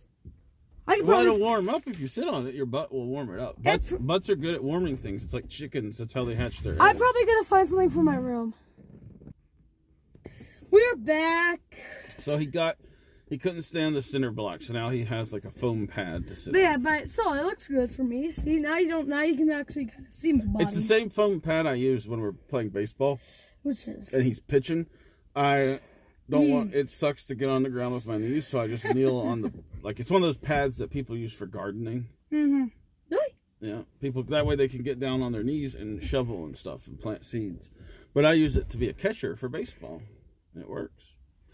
[SPEAKER 1] I could
[SPEAKER 3] Well,
[SPEAKER 1] probably
[SPEAKER 3] it'll warm up if you sit on it. Your butt will warm it up. Butts, butts are good at warming things. It's like chickens. That's how they hatch their eggs.
[SPEAKER 1] I'm probably gonna find something for my room. We're back.
[SPEAKER 3] so he got. He couldn't stand the cinder block, so now he has like a foam pad to sit.
[SPEAKER 1] But yeah,
[SPEAKER 3] on.
[SPEAKER 1] but so it looks good for me. See now you don't now you can actually kind of see my body,
[SPEAKER 3] It's the same foam pad I use when we're playing baseball,
[SPEAKER 1] which is
[SPEAKER 3] and he's pitching. I don't want. It sucks to get on the ground with my knees, so I just kneel on the like. It's one of those pads that people use for gardening.
[SPEAKER 1] mm-hmm. really
[SPEAKER 3] Yeah, people that way they can get down on their knees and shovel and stuff and plant seeds. But I use it to be a catcher for baseball, and it works.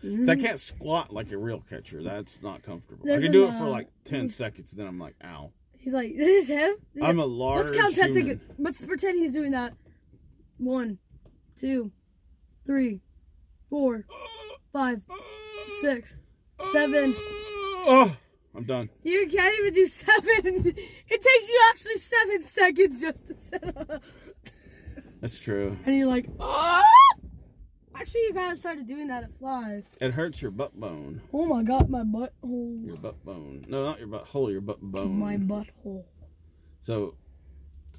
[SPEAKER 3] 'Cause I can't squat like a real catcher. That's not comfortable.
[SPEAKER 1] Mm. There's
[SPEAKER 3] I can do
[SPEAKER 1] an,
[SPEAKER 3] it for
[SPEAKER 1] uh,
[SPEAKER 3] like ten seconds, and then I'm like, ow.
[SPEAKER 1] He's like, this is him.
[SPEAKER 3] I'm a large.
[SPEAKER 1] Let's count ten
[SPEAKER 3] human.
[SPEAKER 1] seconds. Let's pretend he's doing that. One, two, three, four, five, six, seven.
[SPEAKER 3] Oh, I'm done.
[SPEAKER 1] You can't even do seven. It takes you actually seven seconds just to set up.
[SPEAKER 3] That's true.
[SPEAKER 1] And you're like, oh! Actually, you kind of started doing that at five.
[SPEAKER 3] It hurts your butt bone.
[SPEAKER 1] Oh my god, my butthole.
[SPEAKER 3] Your butt bone. No, not your butt hole. Your butt bone.
[SPEAKER 1] My butthole.
[SPEAKER 3] So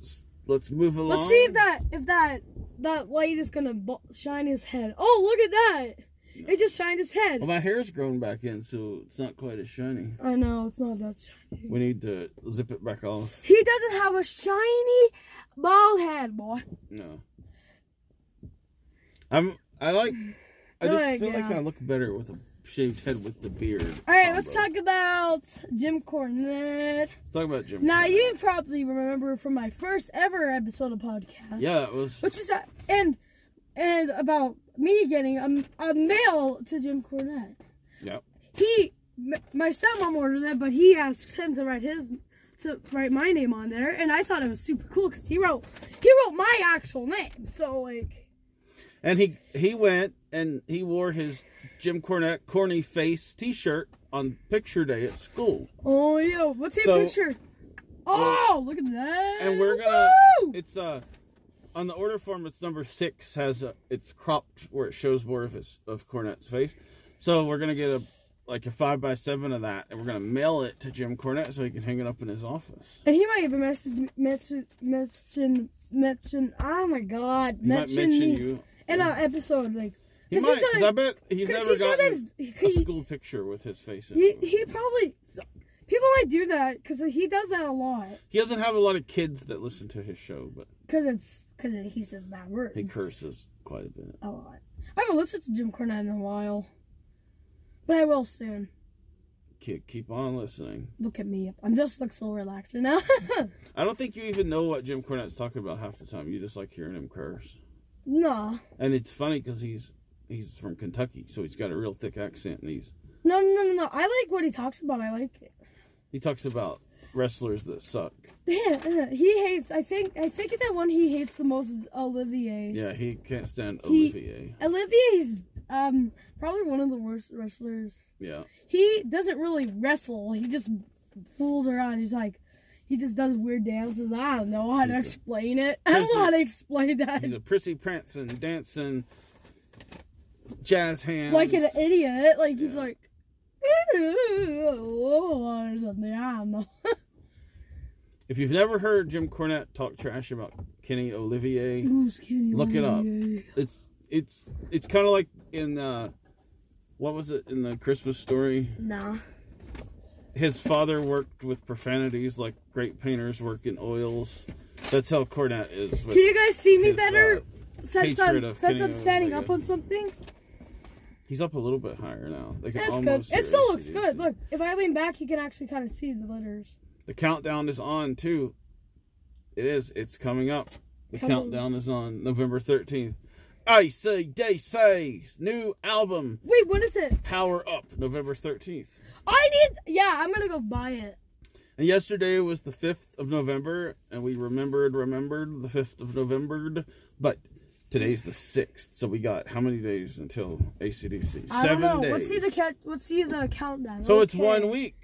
[SPEAKER 3] s- let's move along.
[SPEAKER 1] Let's see if that if that that light is gonna bu- shine his head. Oh, look at that! It just shined his head.
[SPEAKER 3] Well, my hair's grown back in, so it's not quite as shiny.
[SPEAKER 1] I know it's not that shiny.
[SPEAKER 3] We need to zip it back off.
[SPEAKER 1] He doesn't have a shiny bald head, boy.
[SPEAKER 3] No. I'm. I like. I
[SPEAKER 1] Oh
[SPEAKER 3] just
[SPEAKER 1] my
[SPEAKER 3] feel like
[SPEAKER 1] God.
[SPEAKER 3] I look better with a shaved head with the beard.
[SPEAKER 1] All right, let's
[SPEAKER 3] combo.
[SPEAKER 1] talk about Jim Cornette.
[SPEAKER 3] Let's talk about Jim.
[SPEAKER 1] Now
[SPEAKER 3] Carrey.
[SPEAKER 1] you probably remember from my first ever episode of podcast,
[SPEAKER 3] Yeah, it was.
[SPEAKER 1] which is uh, and and about me getting a, a mail to Jim Cornette.
[SPEAKER 3] Yeah.
[SPEAKER 1] He, m- my stepmom ordered that, but he asked him to write his to write my name on there, and I thought it was super cool because he wrote he wrote my actual name. So like,
[SPEAKER 3] And he he went and he wore his Jim Cornette corny face T-shirt on picture day at school.
[SPEAKER 1] oh yeah, what's his
[SPEAKER 3] So-
[SPEAKER 1] picture? Oh, look at that!
[SPEAKER 3] And we're gonna.
[SPEAKER 1] Woo!
[SPEAKER 3] It's uh on the order form. It's number six. Has a, it's cropped where it shows more of his of Cornette's face. So we're gonna get a like a five by seven of that, and we're gonna mail it to Jim Cornette so he can hang it up in his office.
[SPEAKER 1] And he might even mention mention mention mention. Oh my God,
[SPEAKER 3] He might
[SPEAKER 1] mention,
[SPEAKER 3] mention
[SPEAKER 1] me
[SPEAKER 3] you.
[SPEAKER 1] in our episode. Like,
[SPEAKER 3] He
[SPEAKER 1] cause
[SPEAKER 3] might. 'cause I
[SPEAKER 1] sometimes-
[SPEAKER 3] bet he's
[SPEAKER 1] 'cause
[SPEAKER 3] never
[SPEAKER 1] he sometimes-
[SPEAKER 3] gotten a
[SPEAKER 1] he-
[SPEAKER 3] school picture with his face. in
[SPEAKER 1] he
[SPEAKER 3] it.
[SPEAKER 1] he probably people might do that because he does that a lot
[SPEAKER 3] He doesn't have a lot of kids that listen to his show, but
[SPEAKER 1] because it's because he says bad words.
[SPEAKER 3] he curses quite a bit.
[SPEAKER 1] a lot. I haven't listened to Jim Cornette in a while, but I will soon.
[SPEAKER 3] Kid, keep on listening.
[SPEAKER 1] Look at me, I'm just like so relaxed right now.
[SPEAKER 3] I don't think you even know what Jim Cornette's talking about half the time. You just like hearing him curse.
[SPEAKER 1] no,
[SPEAKER 3] And it's funny because he's he's from Kentucky, so he's got a real thick accent, and he's
[SPEAKER 1] no, no, no, no. I like what he talks about. I like it.
[SPEAKER 3] he talks about wrestlers that suck.
[SPEAKER 1] he hates. I think. I think that one he hates the most is Olivier.
[SPEAKER 3] Yeah, he can't stand
[SPEAKER 1] He-
[SPEAKER 3] Olivier.
[SPEAKER 1] Olivier's um probably one of the worst wrestlers.
[SPEAKER 3] Yeah,
[SPEAKER 1] He doesn't really wrestle. He just fools around. He's like, he just does weird dances. I don't know how to
[SPEAKER 3] He's a-
[SPEAKER 1] explain it. I don't know how to explain that.
[SPEAKER 3] he's a prissy prancing, dancing, jazz hands.
[SPEAKER 1] Like an idiot. Like he's
[SPEAKER 3] Yeah.
[SPEAKER 1] like, or something. I don't know.
[SPEAKER 3] if you've never heard Jim Cornette talk trash about Kenny Olivier,
[SPEAKER 1] Who's kidding?
[SPEAKER 3] Look it up. it's it's it's kind of like in uh, what was it in the Christmas story?
[SPEAKER 1] Nah.
[SPEAKER 3] his father worked with profanities like great painters work in oils. That's how Cornette is with
[SPEAKER 1] Can you guys see me
[SPEAKER 3] his,
[SPEAKER 1] better?
[SPEAKER 3] uh,
[SPEAKER 1] Since
[SPEAKER 3] hatred
[SPEAKER 1] I'm
[SPEAKER 3] of
[SPEAKER 1] since I'm
[SPEAKER 3] Kenny
[SPEAKER 1] standing
[SPEAKER 3] Omega.
[SPEAKER 1] up on something,
[SPEAKER 3] he's up a little bit higher now. They can
[SPEAKER 1] that's good.
[SPEAKER 3] almost hear
[SPEAKER 1] It still
[SPEAKER 3] us,
[SPEAKER 1] looks
[SPEAKER 3] you
[SPEAKER 1] good.
[SPEAKER 3] see.
[SPEAKER 1] Look, if I lean back, you can actually kind of see the letters.
[SPEAKER 3] The countdown is on too. It is. It's coming up. The
[SPEAKER 1] Coming.
[SPEAKER 3] countdown is on November thirteenth. I say day says new album
[SPEAKER 1] Wait, what is it?
[SPEAKER 3] Power Up November thirteenth.
[SPEAKER 1] I need. Yeah, I'm gonna go buy it.
[SPEAKER 3] And yesterday was the 5th of November, and we remembered, remembered the 5th of November, but today's the 6th, so we got how many days until ACDC?
[SPEAKER 1] I don't
[SPEAKER 3] Seven
[SPEAKER 1] know.
[SPEAKER 3] days.
[SPEAKER 1] Let's see the count. Let's see the countdown.
[SPEAKER 3] so it's
[SPEAKER 1] Okay.
[SPEAKER 3] one week.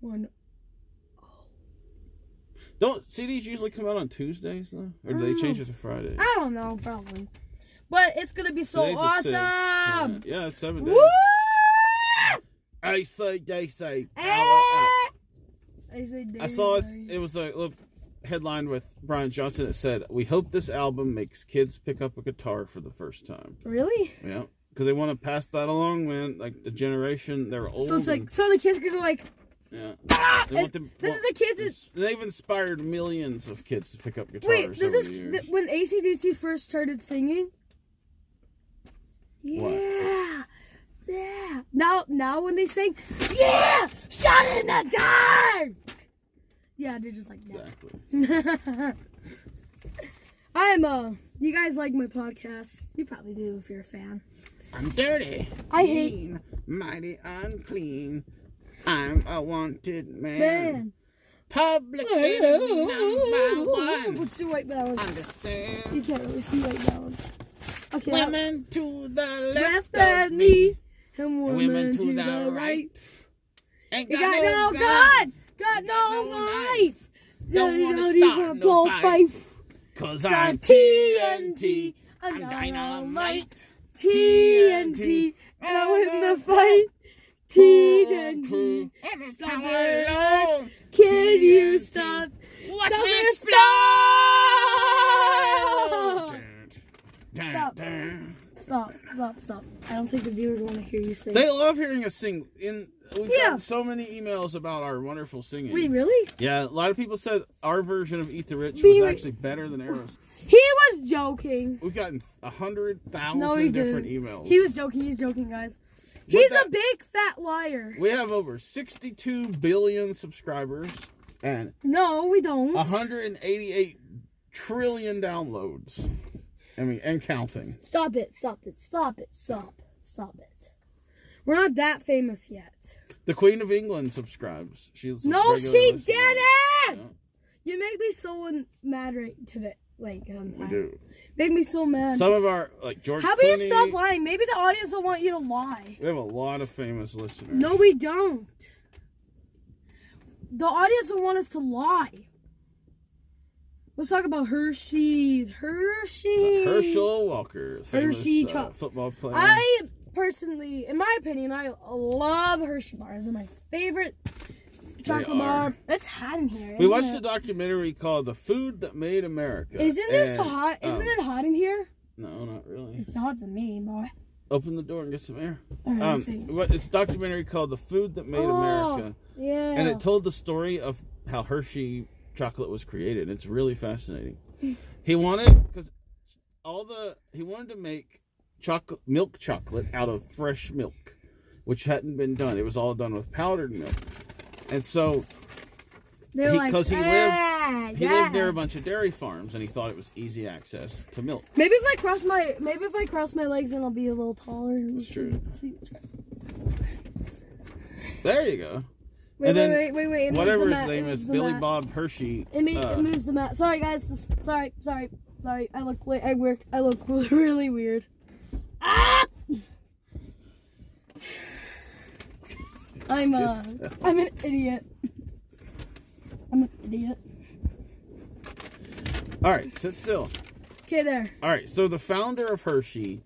[SPEAKER 1] One.
[SPEAKER 3] Don't CDs usually come out on Tuesdays, though? Or do they
[SPEAKER 1] Mm.
[SPEAKER 3] change it to Friday?
[SPEAKER 1] I don't know, probably. But it's gonna be so
[SPEAKER 3] Today's the sixth.
[SPEAKER 1] awesome.
[SPEAKER 3] Yeah, it's seven days.
[SPEAKER 1] Woo!
[SPEAKER 3] I say, they say,
[SPEAKER 1] Eh!
[SPEAKER 3] power up.
[SPEAKER 1] I said
[SPEAKER 3] I saw it.
[SPEAKER 1] Eh! daylight.
[SPEAKER 3] It was a little headline with Brian Johnson that said, "We hope this album makes kids pick up a guitar for the first time."
[SPEAKER 1] Really?
[SPEAKER 3] Yeah, because they want to pass that along, man. Like the generation, they're old.
[SPEAKER 1] So it's like
[SPEAKER 3] and-
[SPEAKER 1] so the kids are like,
[SPEAKER 3] yeah.
[SPEAKER 1] ah!
[SPEAKER 3] They
[SPEAKER 1] and
[SPEAKER 3] want them-
[SPEAKER 1] this
[SPEAKER 3] well,
[SPEAKER 1] is the kids. Is,
[SPEAKER 3] it's- They've inspired millions of kids to pick up guitars.
[SPEAKER 1] wait, this
[SPEAKER 3] over
[SPEAKER 1] is
[SPEAKER 3] the
[SPEAKER 1] th-
[SPEAKER 3] years.
[SPEAKER 1] when ACDC first started singing. Yeah.
[SPEAKER 3] What?
[SPEAKER 1] Yeah. Now, now when they sing, yeah, shot in the dark. Yeah, they're just like that.
[SPEAKER 3] exactly.
[SPEAKER 1] I'm uh you guys like my podcast. You probably do if you're a fan.
[SPEAKER 3] I'm dirty.
[SPEAKER 1] I hate
[SPEAKER 3] mighty unclean. I'm a wanted man.
[SPEAKER 1] man. Oh.
[SPEAKER 4] Public enemy number one.
[SPEAKER 1] Let's do white balance.
[SPEAKER 4] Understand?
[SPEAKER 1] You can't really see white balance. Okay. that-
[SPEAKER 4] Women to the left,
[SPEAKER 1] Left at
[SPEAKER 4] of me.
[SPEAKER 1] me, and women,
[SPEAKER 4] Women to the right. Ain't
[SPEAKER 1] You got no
[SPEAKER 4] guns.
[SPEAKER 1] God, got no
[SPEAKER 4] no
[SPEAKER 1] life. No,
[SPEAKER 4] Don't
[SPEAKER 1] you
[SPEAKER 4] wanna
[SPEAKER 1] don't even
[SPEAKER 4] start no
[SPEAKER 1] blow
[SPEAKER 4] fights.
[SPEAKER 1] fight.
[SPEAKER 4] Cause
[SPEAKER 1] I'm
[SPEAKER 4] I'm
[SPEAKER 1] TNT.
[SPEAKER 4] TNT.
[SPEAKER 1] I'm
[SPEAKER 4] I'm
[SPEAKER 1] dynamite.
[SPEAKER 4] dynamite.
[SPEAKER 1] TNT, and I win the fight. TNT,
[SPEAKER 4] Come
[SPEAKER 1] stop it.
[SPEAKER 4] alone.
[SPEAKER 1] Can you
[SPEAKER 4] TNT.
[SPEAKER 1] stop?
[SPEAKER 4] Watch
[SPEAKER 1] Stop
[SPEAKER 4] me
[SPEAKER 1] it, stop!
[SPEAKER 4] explode. Dun,
[SPEAKER 1] Stop.
[SPEAKER 4] dun.
[SPEAKER 1] Stop, stop, stop. I don't think the viewers want to hear you sing.
[SPEAKER 3] They love hearing us sing. In we've
[SPEAKER 1] Yeah.
[SPEAKER 3] gotten so many emails about our wonderful singing.
[SPEAKER 1] Wait, really?
[SPEAKER 3] Yeah, a lot of people said our version of Eat the Rich
[SPEAKER 1] Be-
[SPEAKER 3] was actually better than Arrows.
[SPEAKER 1] He was joking.
[SPEAKER 3] We've gotten a hundred thousand
[SPEAKER 1] No, he
[SPEAKER 3] different
[SPEAKER 1] didn't.
[SPEAKER 3] emails.
[SPEAKER 1] He was joking. He's joking, guys. He's a
[SPEAKER 3] that-
[SPEAKER 1] big fat liar.
[SPEAKER 3] we have over sixty-two billion subscribers and
[SPEAKER 1] No, we don't.
[SPEAKER 3] hundred and eighty-eight trillion downloads. I mean, and counting.
[SPEAKER 1] Stop it, stop it, stop it, stop, stop it. We're not that famous yet.
[SPEAKER 3] The Queen of England subscribes. She's a
[SPEAKER 1] No,
[SPEAKER 3] regular
[SPEAKER 1] she
[SPEAKER 3] listener.
[SPEAKER 1] didn't!
[SPEAKER 3] Yeah,
[SPEAKER 1] You make me so un- mad right today. Like, sometimes.
[SPEAKER 3] we do.
[SPEAKER 1] Make me so mad.
[SPEAKER 3] Some of our like George.
[SPEAKER 1] How about you
[SPEAKER 3] Clooney-
[SPEAKER 1] stop lying? Maybe the audience will want you to lie.
[SPEAKER 3] We have a lot of famous listeners.
[SPEAKER 1] No, we don't. The audience will want us to lie. Let's talk about Hershey. Hershey.
[SPEAKER 3] Herschel Walker, famous
[SPEAKER 1] Hershey
[SPEAKER 3] uh,
[SPEAKER 1] Cho-
[SPEAKER 3] football player.
[SPEAKER 1] I personally, in my opinion, I love Hershey bars. They're my favorite chocolate bar.
[SPEAKER 3] are.
[SPEAKER 1] It's hot in here.
[SPEAKER 3] we
[SPEAKER 1] isn't
[SPEAKER 3] watched
[SPEAKER 1] it?
[SPEAKER 3] a documentary called "The Food That Made America."
[SPEAKER 1] Isn't this
[SPEAKER 3] and-
[SPEAKER 1] hot?
[SPEAKER 3] oh,
[SPEAKER 1] Isn't it hot in here?
[SPEAKER 3] No, not really.
[SPEAKER 1] It's hot to me, boy.
[SPEAKER 3] Open the door and get some air.
[SPEAKER 1] All right,
[SPEAKER 3] Um,
[SPEAKER 1] let's see.
[SPEAKER 3] what- it's a documentary called "The Food That Made
[SPEAKER 1] Oh,
[SPEAKER 3] America,"
[SPEAKER 1] Yeah.
[SPEAKER 3] and it told the story of how Hershey chocolate was created. It's really fascinating. He wanted because all the he wanted to make chocolate milk chocolate out of fresh milk, which hadn't been done. It was all done with powdered milk, and so
[SPEAKER 1] They're
[SPEAKER 3] he-
[SPEAKER 1] like,
[SPEAKER 3] 'cause he lived-
[SPEAKER 1] "Ah,
[SPEAKER 3] He
[SPEAKER 1] yeah."
[SPEAKER 3] lived near a bunch of dairy farms, and he thought it was easy access to milk.
[SPEAKER 1] Maybe if I cross my maybe if I cross my legs, then I'll be a little taller. Let's see-
[SPEAKER 3] true.
[SPEAKER 1] let's see.
[SPEAKER 3] There you go.
[SPEAKER 1] Wait,
[SPEAKER 3] And
[SPEAKER 1] wait,
[SPEAKER 3] then
[SPEAKER 1] wait, wait, wait. It moves the
[SPEAKER 3] Whatever his
[SPEAKER 1] mat, it
[SPEAKER 3] name
[SPEAKER 1] moves
[SPEAKER 3] is,
[SPEAKER 1] the
[SPEAKER 3] Billy
[SPEAKER 1] mat.
[SPEAKER 3] Bob Hershey.
[SPEAKER 1] It, ma-
[SPEAKER 3] uh,
[SPEAKER 1] it moves the mat. Sorry, guys. This, sorry, sorry, sorry. I look. Wait, I work. I look really weird. Ah! I'm uh, I'm an idiot. I'm an idiot.
[SPEAKER 3] all right, sit still.
[SPEAKER 1] Okay, there.
[SPEAKER 3] All right, so the founder of Hershey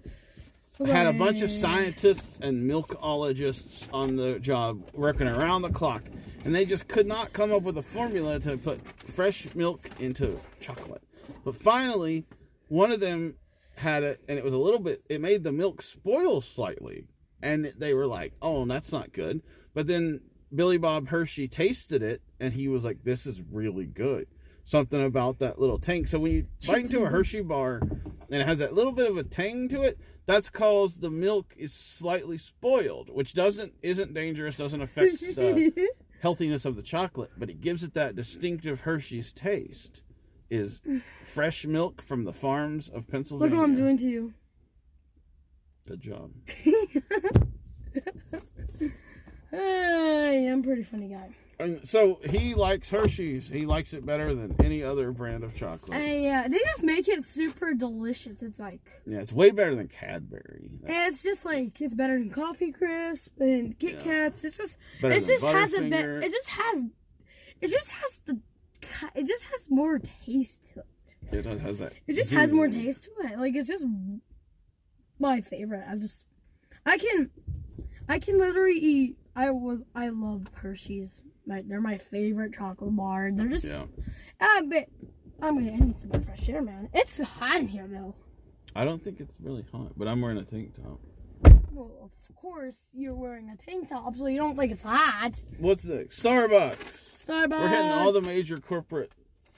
[SPEAKER 3] had a bunch of scientists and milkologists on the job working around the clock, and they just could not come up with a formula to put fresh milk into chocolate. But finally, one of them had it, and it was a little bit, it made the milk spoil slightly. And they were like, oh, that's not good. But then Billy Bob Hershey tasted it, and he was like, this is really good. Something about that little tank. So when you bite into a Hershey bar and it has that little bit of a tang to it, that's cause the milk is slightly spoiled, which doesn't isn't dangerous, doesn't affect the healthiness of the chocolate, but it gives it that distinctive Hershey's taste. Is fresh milk from the farms of
[SPEAKER 1] Look
[SPEAKER 3] Pennsylvania.
[SPEAKER 1] what I'm doing to you.
[SPEAKER 3] Good job.
[SPEAKER 1] Hey, I'm a pretty funny guy.
[SPEAKER 3] And so he likes Hershey's. He likes it better than any other brand of chocolate.
[SPEAKER 1] Hey, uh, they just make it super delicious. It's like
[SPEAKER 3] yeah, it's way better than Cadbury.
[SPEAKER 1] it's just like it's better than coffee crisp and Kit
[SPEAKER 3] Yeah.
[SPEAKER 1] Kats. It's just
[SPEAKER 3] Better
[SPEAKER 1] it
[SPEAKER 3] than
[SPEAKER 1] just has a bit.
[SPEAKER 3] Butterfinger.
[SPEAKER 1] It just has. It just has the. ki- It just has more taste to it.
[SPEAKER 3] It does has that.
[SPEAKER 1] It just has
[SPEAKER 3] zing.
[SPEAKER 1] more taste to it. Like it's just my favorite. I just, I can, I can literally eat. I was. I love Hershey's. My, they're my favorite chocolate bar. They're just.
[SPEAKER 3] Yeah,
[SPEAKER 1] Ah, but I'm gonna. I need some more fresh air, man. It's hot in here though.
[SPEAKER 3] I don't think it's really hot, but I'm wearing a tank top.
[SPEAKER 1] Well, of course you're wearing a tank top, so you don't think it's hot.
[SPEAKER 3] What's next? Starbucks.
[SPEAKER 1] Starbucks.
[SPEAKER 3] We're hitting all the major corporate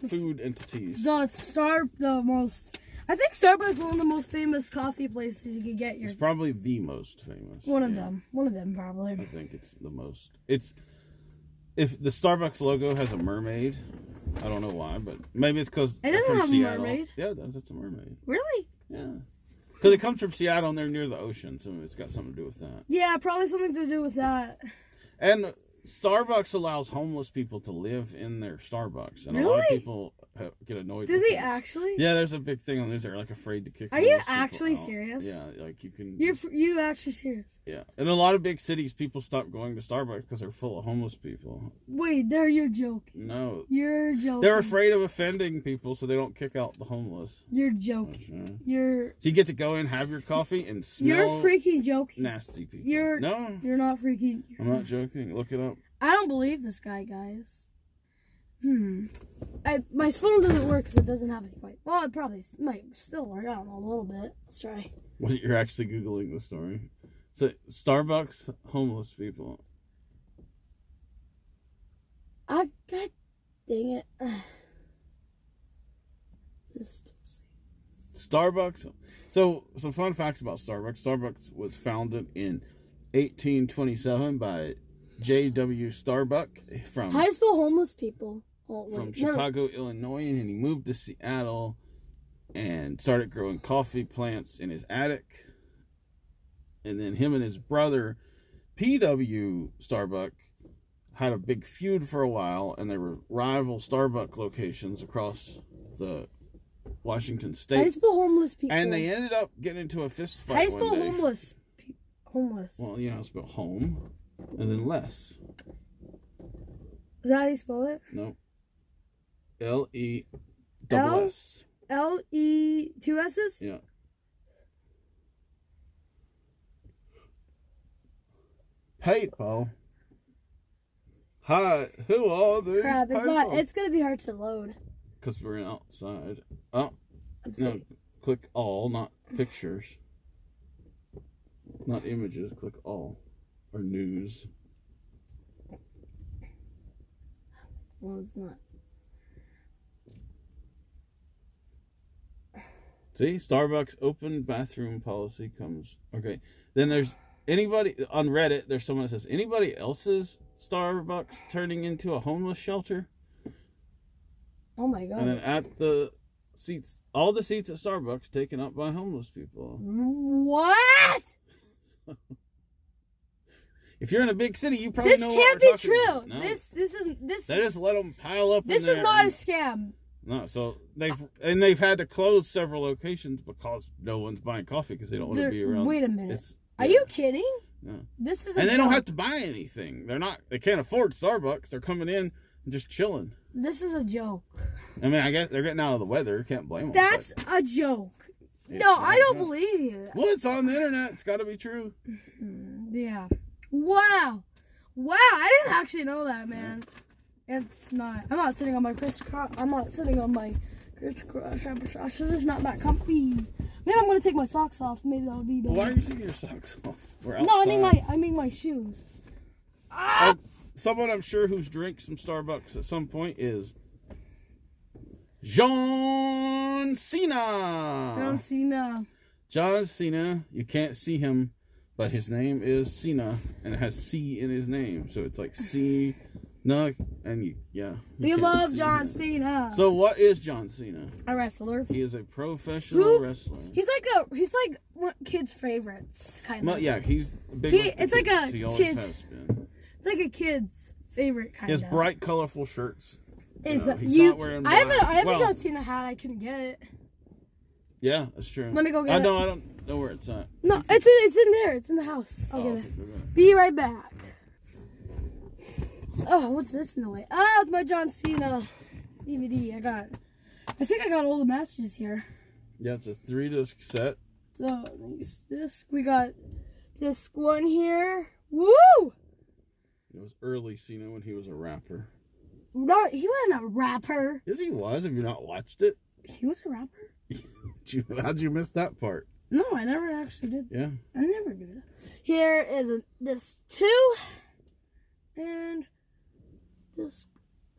[SPEAKER 3] food entities.
[SPEAKER 1] Uh, the star the most I think Starbucks is one of the most famous coffee places you can get your
[SPEAKER 3] It's probably the most famous.
[SPEAKER 1] one of
[SPEAKER 3] yeah.
[SPEAKER 1] them. One of them
[SPEAKER 3] I
[SPEAKER 1] probably.
[SPEAKER 3] think it's the most. It's if the Starbucks logo has a mermaid. I don't know why, but maybe it's because
[SPEAKER 1] It doesn't have a mermaid.
[SPEAKER 3] Yeah, it does. It's a mermaid.
[SPEAKER 1] Really?
[SPEAKER 3] Yeah, because it comes from Seattle and they're near the ocean, so it's got something to do with that.
[SPEAKER 1] Yeah, probably something to do with that.
[SPEAKER 3] And Starbucks allows homeless people to live in their Starbucks, and a lot of
[SPEAKER 1] Really?
[SPEAKER 3] people have, get annoyed.
[SPEAKER 1] Do
[SPEAKER 3] with
[SPEAKER 1] they
[SPEAKER 3] that.
[SPEAKER 1] actually?
[SPEAKER 3] Yeah, there's a big thing on the news. They're like afraid to kick.
[SPEAKER 1] Are you
[SPEAKER 3] homeless people
[SPEAKER 1] actually
[SPEAKER 3] out.
[SPEAKER 1] serious?
[SPEAKER 3] Yeah, like you can.
[SPEAKER 1] You're f- you actually serious?
[SPEAKER 3] yeah, in a lot of big cities, people stop going to Starbucks because they're full of homeless people.
[SPEAKER 1] Wait, there you're joking.
[SPEAKER 3] No,
[SPEAKER 1] You're joking.
[SPEAKER 3] they're afraid of offending people, so they don't kick out the homeless.
[SPEAKER 1] You're joking.
[SPEAKER 3] Sure.
[SPEAKER 1] You're
[SPEAKER 3] So you get to go in, have your coffee, and smell
[SPEAKER 1] you're freaking joking.
[SPEAKER 3] nasty people.
[SPEAKER 1] You're-
[SPEAKER 3] no,
[SPEAKER 1] You're not freaking. You're
[SPEAKER 3] I'm not joking. Look it up.
[SPEAKER 1] I don't believe this guy, guys. Hmm. I, my phone doesn't work because it doesn't have any light. Well, it probably s- might still work. I don't know, a little bit. Let's try.
[SPEAKER 3] Well, you're actually googling the story. So Starbucks homeless people.
[SPEAKER 1] I Ah, god dang it. This-
[SPEAKER 3] Starbucks. So some fun facts about Starbucks. Starbucks was founded in 1827 by J.W. Starbuck from
[SPEAKER 1] How do you spell homeless people? Oh, wait,
[SPEAKER 3] Um, from
[SPEAKER 1] no,
[SPEAKER 3] Chicago, Illinois, and he moved to Seattle and started growing coffee plants in his attic. And then him and his brother, P.W. Starbuck, had a big feud for a while, and there were rival Starbuck locations across the Washington
[SPEAKER 1] No. How do you
[SPEAKER 3] state.
[SPEAKER 1] spell homeless people?
[SPEAKER 3] And they ended up getting into a fist
[SPEAKER 1] How do you
[SPEAKER 3] fight
[SPEAKER 1] spell
[SPEAKER 3] one day.
[SPEAKER 1] homeless? Pe- homeless.
[SPEAKER 3] Well, you know, it's about home, and then less.
[SPEAKER 1] Is that how you spell it?
[SPEAKER 3] No. L E double
[SPEAKER 1] L?
[SPEAKER 3] S.
[SPEAKER 1] L E two S's?
[SPEAKER 3] Yeah. People. Hi, who are these
[SPEAKER 1] Crap, it's not.
[SPEAKER 3] people?
[SPEAKER 1] It's gonna be hard to load.
[SPEAKER 3] Because we're outside. Oh,
[SPEAKER 1] I'm
[SPEAKER 3] no,
[SPEAKER 1] sorry.
[SPEAKER 3] click all, not pictures. Not images, click all. Or news.
[SPEAKER 1] Well, it's not.
[SPEAKER 3] See, Starbucks open bathroom policy comes. Okay. Then there's anybody on Reddit, there's someone that says, anybody else's Starbucks turning into a homeless shelter?
[SPEAKER 1] Oh my god.
[SPEAKER 3] And then at the seats, all the seats at Starbucks taken up by homeless people.
[SPEAKER 1] What?
[SPEAKER 3] If you're in a big city, you probably
[SPEAKER 1] This
[SPEAKER 3] know what
[SPEAKER 1] can't
[SPEAKER 3] we're
[SPEAKER 1] be
[SPEAKER 3] talking
[SPEAKER 1] true.
[SPEAKER 3] about. No.
[SPEAKER 1] This this is this
[SPEAKER 3] they just let them pile up. in
[SPEAKER 1] this is
[SPEAKER 3] there
[SPEAKER 1] not a
[SPEAKER 3] and-
[SPEAKER 1] scam.
[SPEAKER 3] no. So they've and they've had to close several locations because no one's buying coffee because they don't want to
[SPEAKER 1] They're-
[SPEAKER 3] be around.
[SPEAKER 1] wait a minute.
[SPEAKER 3] It's-
[SPEAKER 1] Are
[SPEAKER 3] yeah,
[SPEAKER 1] you kidding?
[SPEAKER 3] yeah.
[SPEAKER 1] This is a
[SPEAKER 3] And they don't
[SPEAKER 1] joke.
[SPEAKER 3] have to buy anything. They're not. They can't afford Starbucks. They're coming in and just chilling.
[SPEAKER 1] This is a joke.
[SPEAKER 3] I mean, I guess they're getting out of the weather. Can't blame them.
[SPEAKER 1] That's a joke. No, I don't believe you.
[SPEAKER 3] Well, it's on the internet. It's got to be true.
[SPEAKER 1] Yeah. Wow. Wow, I didn't actually know that, man. It's not. I'm not sitting on my Chris Cross. I'm not sitting on my Chris Cross. This is not that comfy. Maybe I'm gonna take my socks off. Maybe that'll be better.
[SPEAKER 3] Why are you taking your socks off? We're
[SPEAKER 1] no, I mean
[SPEAKER 3] outside.
[SPEAKER 1] my I mean my shoes.
[SPEAKER 3] Uh, someone I'm sure who's drank some Starbucks at some point is John Cena.
[SPEAKER 1] John Cena.
[SPEAKER 3] John Cena. You can't see him, but his name is Cena, and it has C in his name, so it's like C. No, and you, yeah. you
[SPEAKER 1] We
[SPEAKER 3] can't
[SPEAKER 1] love
[SPEAKER 3] see
[SPEAKER 1] John
[SPEAKER 3] him.
[SPEAKER 1] Cena.
[SPEAKER 3] So what is John Cena?
[SPEAKER 1] a wrestler.
[SPEAKER 3] He is a professional
[SPEAKER 1] Who-
[SPEAKER 3] wrestler.
[SPEAKER 1] He's like a he's like one kids' favorites kind
[SPEAKER 3] Well,
[SPEAKER 1] of.
[SPEAKER 3] yeah, he's a big.
[SPEAKER 1] He-
[SPEAKER 3] one for
[SPEAKER 1] it's like
[SPEAKER 3] kids.
[SPEAKER 1] a
[SPEAKER 3] He always
[SPEAKER 1] kid-
[SPEAKER 3] has been.
[SPEAKER 1] It's like a kids' favorite kind
[SPEAKER 3] He has
[SPEAKER 1] of.
[SPEAKER 3] bright, colorful shirts.
[SPEAKER 1] It's
[SPEAKER 3] No,
[SPEAKER 1] a-
[SPEAKER 3] he's
[SPEAKER 1] you.
[SPEAKER 3] not wearing
[SPEAKER 1] I have
[SPEAKER 3] black.
[SPEAKER 1] a I have
[SPEAKER 3] Well-
[SPEAKER 1] a John Cena hat. I can get it.
[SPEAKER 3] Yeah, that's true.
[SPEAKER 1] Let me go get
[SPEAKER 3] I
[SPEAKER 1] it.
[SPEAKER 3] know. I don't know where it's at.
[SPEAKER 1] No, it's in, it's in there. It's in the house. I'll
[SPEAKER 3] Oh,
[SPEAKER 1] get it.
[SPEAKER 3] okay, okay.
[SPEAKER 1] Be right back. Oh, what's this in the way? Ah, it's my John Cena DVD. I got. I think I got all the matches here.
[SPEAKER 3] Yeah, it's a three disc set.
[SPEAKER 1] So these- this we got this one here. Woo!
[SPEAKER 3] It was early Cena when he was a rapper.
[SPEAKER 1] Not he wasn't a rapper.
[SPEAKER 3] Yes, he was. Have you not watched it?
[SPEAKER 1] He was a rapper.
[SPEAKER 3] Did you- How'd you miss that part?
[SPEAKER 1] No, I never actually did.
[SPEAKER 3] Yeah.
[SPEAKER 1] I never do that. Here is a, this two and this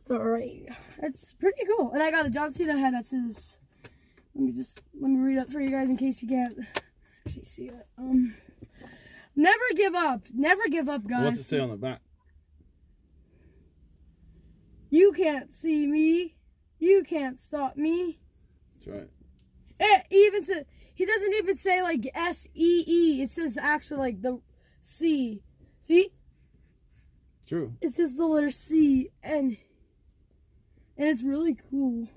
[SPEAKER 1] three. It's pretty cool. And I got a John Cena head that says let me just let me read up for you guys in case you can't actually see it. Um Never give up. Never give up guys.
[SPEAKER 3] What's it say on the back?
[SPEAKER 1] You can't see me. You can't stop me.
[SPEAKER 3] That's
[SPEAKER 1] It
[SPEAKER 3] right.
[SPEAKER 1] Eh, even to, he doesn't even say like S E E. It says actually like the C. See?
[SPEAKER 3] That's true.
[SPEAKER 1] It says the letter C, and and it's really cool.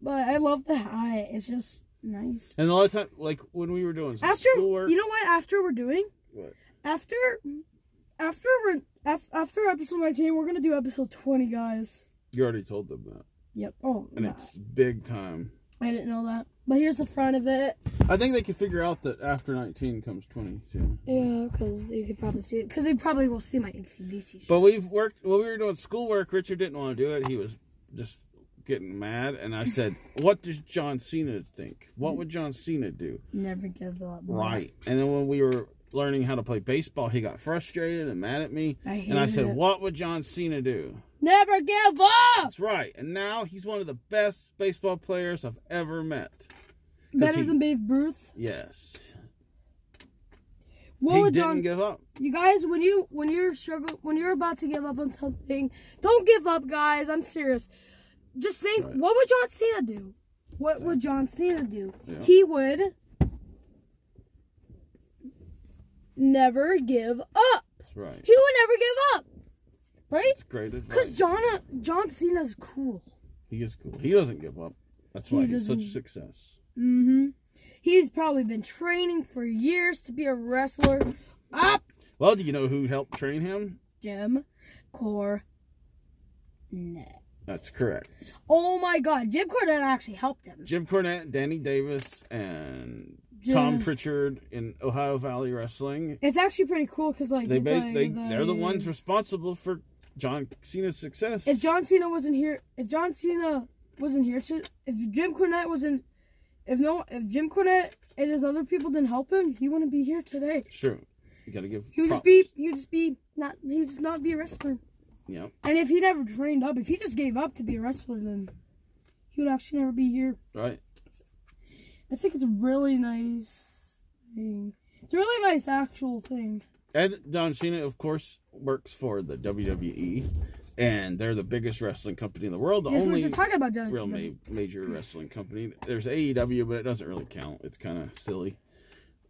[SPEAKER 1] But I love the high. It's just nice.
[SPEAKER 3] And a lot of time, like when we were doing some
[SPEAKER 1] After
[SPEAKER 3] schoolwork,
[SPEAKER 1] you know what? After we're doing
[SPEAKER 3] What?
[SPEAKER 1] after after we're af- after episode nineteen, we're gonna do episode twenty, guys.
[SPEAKER 3] you already told them that,
[SPEAKER 1] Yep. Oh,
[SPEAKER 3] and
[SPEAKER 1] nah,
[SPEAKER 3] it's big time.
[SPEAKER 1] I didn't know that. But here's the front of it.
[SPEAKER 3] I think they can figure out that after 19 comes 22.
[SPEAKER 1] Yeah, because you could probably see it. Because they probably will see my ACDC.
[SPEAKER 3] But we've worked when we were doing schoolwork. Richard didn't want to do it. He was just getting mad, and I said, "What does John Cena think? What would John Cena do?"
[SPEAKER 1] Never give up.
[SPEAKER 3] Right. And then when we were learning how to play baseball, he got frustrated and mad at me.
[SPEAKER 1] I
[SPEAKER 3] and I
[SPEAKER 1] hated
[SPEAKER 3] said,
[SPEAKER 1] it.
[SPEAKER 3] "What would John Cena do?"
[SPEAKER 1] Never give up.
[SPEAKER 3] That's right. And now he's one of the best baseball players I've ever met.
[SPEAKER 1] Better
[SPEAKER 3] he-
[SPEAKER 1] than Babe Ruth.
[SPEAKER 3] Yes.
[SPEAKER 1] What
[SPEAKER 3] he
[SPEAKER 1] would
[SPEAKER 3] didn't
[SPEAKER 1] John?
[SPEAKER 3] give up.
[SPEAKER 1] you guys, when you when you're struggle, when you're about to give up on something, don't give up, guys. I'm serious. Just think,
[SPEAKER 3] Right.
[SPEAKER 1] what would John Cena do? What would John Cena do?
[SPEAKER 3] Yeah.
[SPEAKER 1] He would never give up.
[SPEAKER 3] That's right.
[SPEAKER 1] He would never give up, right?
[SPEAKER 3] Great
[SPEAKER 1] Because
[SPEAKER 3] advice.
[SPEAKER 1] John John Cena's cool.
[SPEAKER 3] He is cool. He doesn't give up. That's
[SPEAKER 1] He
[SPEAKER 3] why he's such
[SPEAKER 1] doesn't-
[SPEAKER 3] a success.
[SPEAKER 1] Mm-hmm. He's probably been training for years to be a wrestler. Up,
[SPEAKER 3] Well, do you know who helped train him?
[SPEAKER 1] Jim Cornette.
[SPEAKER 3] That's correct.
[SPEAKER 1] Oh my God, Jim Cornette actually helped him.
[SPEAKER 3] Jim Cornette, Danny Davis, and Tom
[SPEAKER 1] Yeah.
[SPEAKER 3] Pritchard in Ohio Valley Wrestling.
[SPEAKER 1] It's actually pretty cool because like,
[SPEAKER 3] They,
[SPEAKER 1] it's
[SPEAKER 3] ba-
[SPEAKER 1] like-
[SPEAKER 3] they
[SPEAKER 1] it's
[SPEAKER 3] they're the
[SPEAKER 1] like-
[SPEAKER 3] ones responsible for John Cena's success.
[SPEAKER 1] If John Cena wasn't here, if John Cena wasn't here to, if Jim Cornette wasn't, if no, if Jim Cornette and his other people didn't help him, he wouldn't be here today.
[SPEAKER 3] Sure, you gotta give.
[SPEAKER 1] He would just
[SPEAKER 3] props.
[SPEAKER 1] be, he would just be not, he would just not be a wrestler.
[SPEAKER 3] Yep.
[SPEAKER 1] And if he never trained up, if he just gave up to be a wrestler, then he would actually never be here.
[SPEAKER 3] Right.
[SPEAKER 1] I think it's a really nice thing. It's a really nice actual thing.
[SPEAKER 3] And John Cena, of course, works for the WWE, and they're the biggest wrestling company in the world. The
[SPEAKER 1] Yes, we
[SPEAKER 3] only
[SPEAKER 1] should talk about John.
[SPEAKER 3] real ma- major wrestling company. There's AEW, but it doesn't really count. It's kind of silly.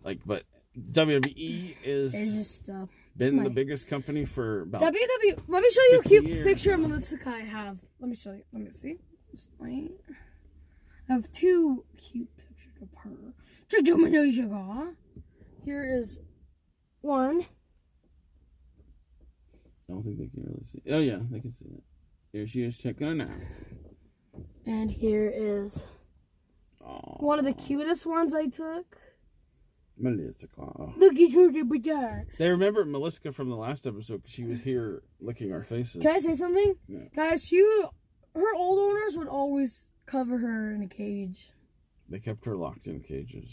[SPEAKER 3] Like, but WWE is
[SPEAKER 1] It's just uh,
[SPEAKER 3] been
[SPEAKER 1] my-
[SPEAKER 3] the biggest company for about
[SPEAKER 1] WW. Let me show you a
[SPEAKER 3] 50
[SPEAKER 1] cute
[SPEAKER 3] Oh. years.
[SPEAKER 1] picture of Melissa Kai I have. Let me show you. Let me see. Just wait. I have two cute pictures of her. Jojo Minogue. Here is one.
[SPEAKER 3] I don't think they can really see. Oh yeah, they can see it. Here she is checking it out.
[SPEAKER 1] And here is
[SPEAKER 3] Aw,
[SPEAKER 1] one of the cutest ones I took.
[SPEAKER 3] Melissa. Aw.
[SPEAKER 1] Look at Jojo Minogue.
[SPEAKER 3] They remember Melissa from the last episode because she was here licking our faces.
[SPEAKER 1] Can I say something?
[SPEAKER 3] Yeah.
[SPEAKER 1] Guys, she her old owners would always cover her in a cage.
[SPEAKER 3] They kept her locked in cages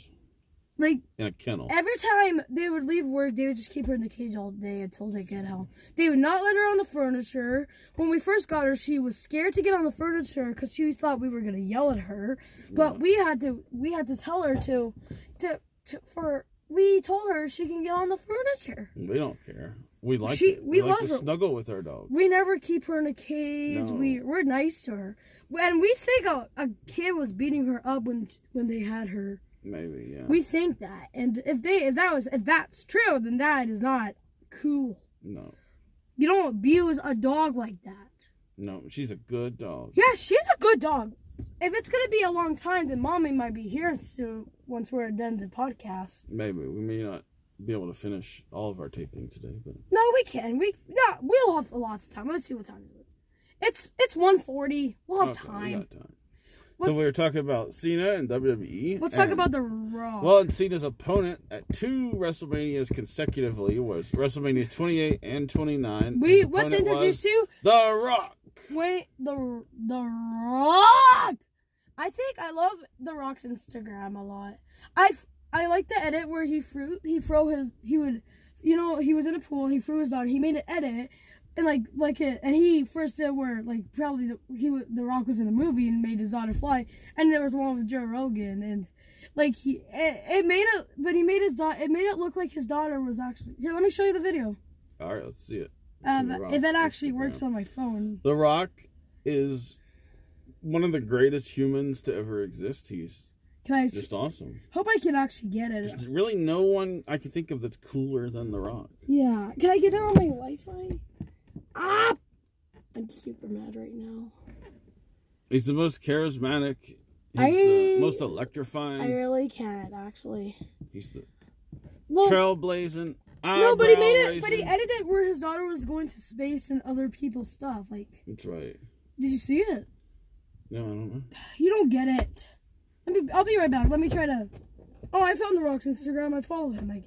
[SPEAKER 1] Like
[SPEAKER 3] in a kennel.
[SPEAKER 1] every time they would leave work, they would just keep her in the cage all day until they get home. They would not let her on the furniture. When we first got her, she was scared to get on the furniture because she thought we were gonna yell at her. But we had to we had to tell her to to, to for we told her she can get on the furniture.
[SPEAKER 3] We don't care. We like
[SPEAKER 1] She-
[SPEAKER 3] it.
[SPEAKER 1] we
[SPEAKER 3] like
[SPEAKER 1] love
[SPEAKER 3] to
[SPEAKER 1] her.
[SPEAKER 3] snuggle with our dog.
[SPEAKER 1] We never keep her in a cage.
[SPEAKER 3] No.
[SPEAKER 1] We we're nice to her, and we think a, a kid was beating her up when when they had her.
[SPEAKER 3] Maybe yeah.
[SPEAKER 1] We think that, and if they if that was if that's true, then that is not cool.
[SPEAKER 3] no,
[SPEAKER 1] You don't abuse a dog like that.
[SPEAKER 3] no. She's a good dog.
[SPEAKER 1] Yeah, she's a good dog. If it's gonna be a long time, then mommy might be here soon once we're done the podcast.
[SPEAKER 3] Maybe we may not be able to finish all of our taping today, but
[SPEAKER 1] No, we can. We no, we'll have lots of time. Let's see what time it is. It's it's one forty. We'll have
[SPEAKER 3] Okay, we
[SPEAKER 1] time.
[SPEAKER 3] got time.
[SPEAKER 1] What-
[SPEAKER 3] So we were talking about Cena and WWE.
[SPEAKER 1] Let's talk
[SPEAKER 3] and-
[SPEAKER 1] about the Raw.
[SPEAKER 3] Well, and Cena's opponent at two WrestleManias consecutively was WrestleMania 28 and 29.
[SPEAKER 1] We
[SPEAKER 3] His
[SPEAKER 1] was
[SPEAKER 3] opponent
[SPEAKER 1] introduced to
[SPEAKER 3] was The Rock.
[SPEAKER 1] wait the the Rock. I think I love the Rock's Instagram a lot. I f- I like the edit where he threw he throw his he would you know he was in a pool and he threw his dog. He made an edit and like like it and he first did where like probably the, he wa- the Rock was in a movie and made his daughter fly and there was one with Joe Rogan and like he it, it made it but he made his daughter it made it look like his daughter was actually here. Let me show you the video.
[SPEAKER 3] All right, let's see it. Let's see
[SPEAKER 1] Um,
[SPEAKER 3] The Rock's
[SPEAKER 1] if it actually works
[SPEAKER 3] Instagram.
[SPEAKER 1] on my phone.
[SPEAKER 3] The Rock is one of the greatest humans to ever exist. He's
[SPEAKER 1] Can I
[SPEAKER 3] Just awesome.
[SPEAKER 1] hope I can actually get it?
[SPEAKER 3] There's really no one I can think of that's cooler than The Rock.
[SPEAKER 1] Yeah. Can I get it on my Wi-Fi? Ah! I'm super mad right now.
[SPEAKER 3] He's the most charismatic. He's
[SPEAKER 1] I-
[SPEAKER 3] the most
[SPEAKER 1] I
[SPEAKER 3] electrifying.
[SPEAKER 1] really can't actually.
[SPEAKER 3] He's the
[SPEAKER 1] Well,
[SPEAKER 3] trailblazing.
[SPEAKER 1] no, but he
[SPEAKER 3] eyebrow
[SPEAKER 1] made it. But he
[SPEAKER 3] raising.
[SPEAKER 1] edited it where his daughter was going to space and other people's stuff. Like,
[SPEAKER 3] That's right.
[SPEAKER 1] did you see it?
[SPEAKER 3] No, I don't know.
[SPEAKER 1] You don't get it. Let me. I'll be right back. Let me try to. Oh, I found the Rock's Instagram. I follow him. I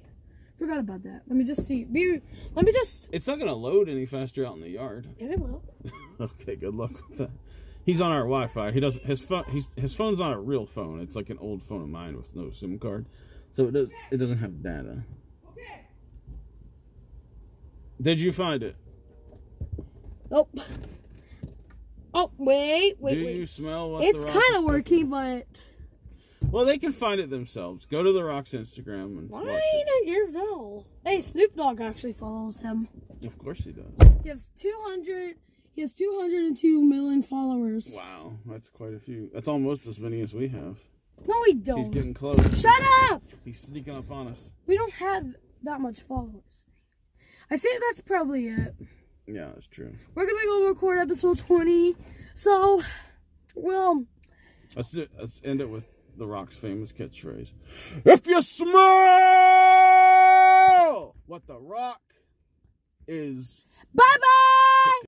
[SPEAKER 1] forgot about that. Let me just see. Be. Let me just.
[SPEAKER 3] It's not gonna load any faster out in the yard.
[SPEAKER 1] Is it well?
[SPEAKER 3] Okay, good luck with that. He's on our Wi-Fi. He doesn't his phone. He's, his phone's not a real phone. It's like an old phone of mine with no SIM card, so it does it doesn't have data. Did you find it?
[SPEAKER 1] Oh. Oh wait, wait,
[SPEAKER 3] Do
[SPEAKER 1] wait.
[SPEAKER 3] you smell what?
[SPEAKER 1] It's
[SPEAKER 3] the
[SPEAKER 1] kind of
[SPEAKER 3] working.
[SPEAKER 1] working, but
[SPEAKER 3] Well, they can find it themselves. Go to The Rock's Instagram and watch
[SPEAKER 1] why
[SPEAKER 3] it.
[SPEAKER 1] not your vowel? Hey, Snoop Dogg actually follows him.
[SPEAKER 3] Of course he does.
[SPEAKER 1] He has 200. He has 202 million followers.
[SPEAKER 3] Wow, that's quite a few. That's almost as many as we have.
[SPEAKER 1] No, we
[SPEAKER 3] He's
[SPEAKER 1] don't.
[SPEAKER 3] getting close.
[SPEAKER 1] Shut up!
[SPEAKER 3] He's sneaking up on us.
[SPEAKER 1] We don't have that much followers. I think that's probably it.
[SPEAKER 3] Yeah, that's true.
[SPEAKER 1] We're gonna go record episode 20. So, well,
[SPEAKER 3] Let's do, let's end it with The Rock's famous catchphrase. If you smell what The Rock is
[SPEAKER 1] bye bye!